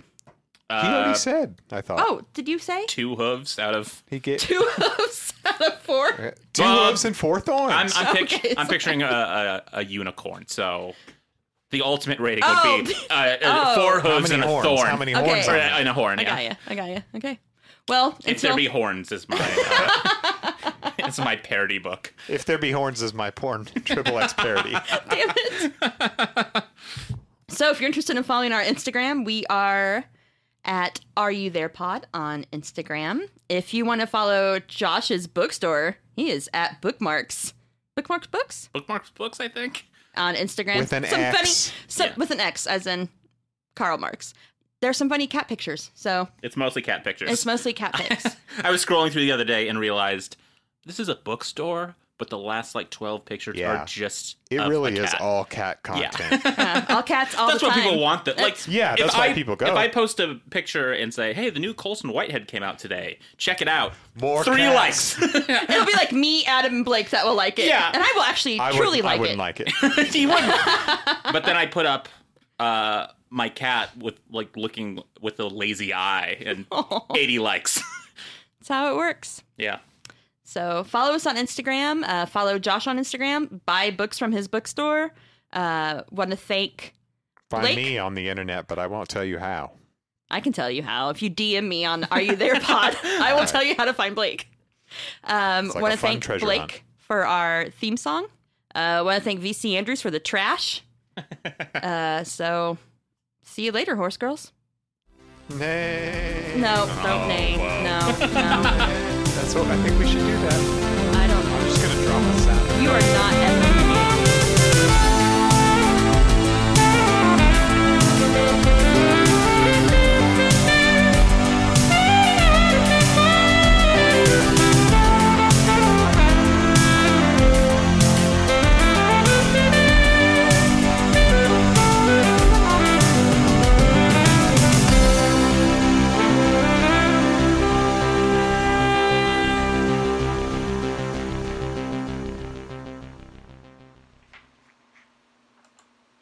Speaker 2: He already
Speaker 3: Uh,
Speaker 2: said, I thought.
Speaker 1: Oh, did you say?
Speaker 3: two hooves out of
Speaker 2: He get two,
Speaker 1: Two hoofs out of (laughs) four.
Speaker 2: two
Speaker 3: Well,
Speaker 2: loaves and four thorns.
Speaker 3: I'm I'm, pict-
Speaker 1: Okay,
Speaker 3: I'm
Speaker 1: sorry.
Speaker 3: picturing a, a a unicorn, so the ultimate rating
Speaker 1: Oh.
Speaker 3: would be uh, uh,
Speaker 1: Oh.
Speaker 3: four
Speaker 2: how
Speaker 3: hooves
Speaker 2: many
Speaker 3: and a
Speaker 2: horns?
Speaker 3: thorn.
Speaker 2: How many
Speaker 1: Okay.
Speaker 2: horns?
Speaker 3: Or,
Speaker 2: on
Speaker 3: uh,
Speaker 2: it?
Speaker 3: and a horn.
Speaker 1: I
Speaker 3: yeah.
Speaker 1: got you. I got you. Okay. Well,
Speaker 3: If there
Speaker 1: until
Speaker 3: be horns is my uh, (laughs) it's my parody book.
Speaker 2: If there be horns is my porn triple X parody.
Speaker 1: (laughs) Damn it. so if you're interested in following our Instagram, we are at Are You There Pod on Instagram. If you want to follow Josh's bookstore, he is at Bookmarks. Bookmarks Books
Speaker 3: Bookmarks books, I think.
Speaker 1: on Instagram.
Speaker 2: With an
Speaker 1: some
Speaker 2: X.
Speaker 1: funny some,
Speaker 3: Yeah.
Speaker 1: with an X as in Karl Marx. There's some funny cat pictures. So
Speaker 3: It's mostly cat pictures.
Speaker 1: it's mostly
Speaker 3: (laughs)
Speaker 1: cat pics.
Speaker 3: I was scrolling through the other day and realized this is a bookstore, but the last like twelve pictures
Speaker 2: Yeah.
Speaker 3: are just
Speaker 2: It
Speaker 3: of
Speaker 2: really
Speaker 3: a
Speaker 2: is
Speaker 3: cat.
Speaker 2: all cat content.
Speaker 1: Yeah, all cats all
Speaker 3: That's
Speaker 1: the
Speaker 3: what
Speaker 1: time.
Speaker 3: people want. That like
Speaker 2: Yeah,
Speaker 3: if
Speaker 2: that's why
Speaker 3: I-
Speaker 2: people go.
Speaker 3: If I post a picture and say, "Hey, the new Colson Whitehead came out today. Check it out."
Speaker 2: More (laughs)
Speaker 3: three
Speaker 2: cats.
Speaker 3: likes.
Speaker 1: It'll be like me, Adam, and Blake that will like it.
Speaker 3: Yeah.
Speaker 1: And I will actually
Speaker 2: I,
Speaker 1: truly
Speaker 2: wouldn't, I
Speaker 1: like
Speaker 2: wouldn't
Speaker 1: it.
Speaker 2: like it.
Speaker 3: You wouldn't. but then I put up uh, my cat with like looking with a lazy eye and 80 likes. (laughs)
Speaker 1: That's how it works.
Speaker 3: yeah.
Speaker 1: So follow us on Instagram. Uh, follow Josh on Instagram. Buy books from his bookstore. Uh, Want to thank?
Speaker 2: Find
Speaker 1: Blake?
Speaker 2: me on the internet, but I won't tell you how.
Speaker 1: I can tell you how. If you DM me on Are You There
Speaker 2: (laughs)
Speaker 1: Pod, I will tell you how to find Blake. Um,
Speaker 2: It's like
Speaker 1: want
Speaker 2: a
Speaker 1: to
Speaker 2: fun
Speaker 1: thank
Speaker 2: treasure
Speaker 1: Blake
Speaker 2: hunt.
Speaker 1: for our theme song. Uh, want to thank VC Andrews for the
Speaker 2: (laughs)
Speaker 1: trash. uh, so see you later, horse girls.
Speaker 2: Nay.
Speaker 1: No, don't name. No,
Speaker 2: (laughs)
Speaker 1: no.
Speaker 2: That's what I think we should do that.
Speaker 1: I don't. know.
Speaker 2: I'm just going to drop this out.
Speaker 1: You are not ever.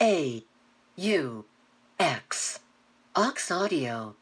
Speaker 4: A U X Ox Audio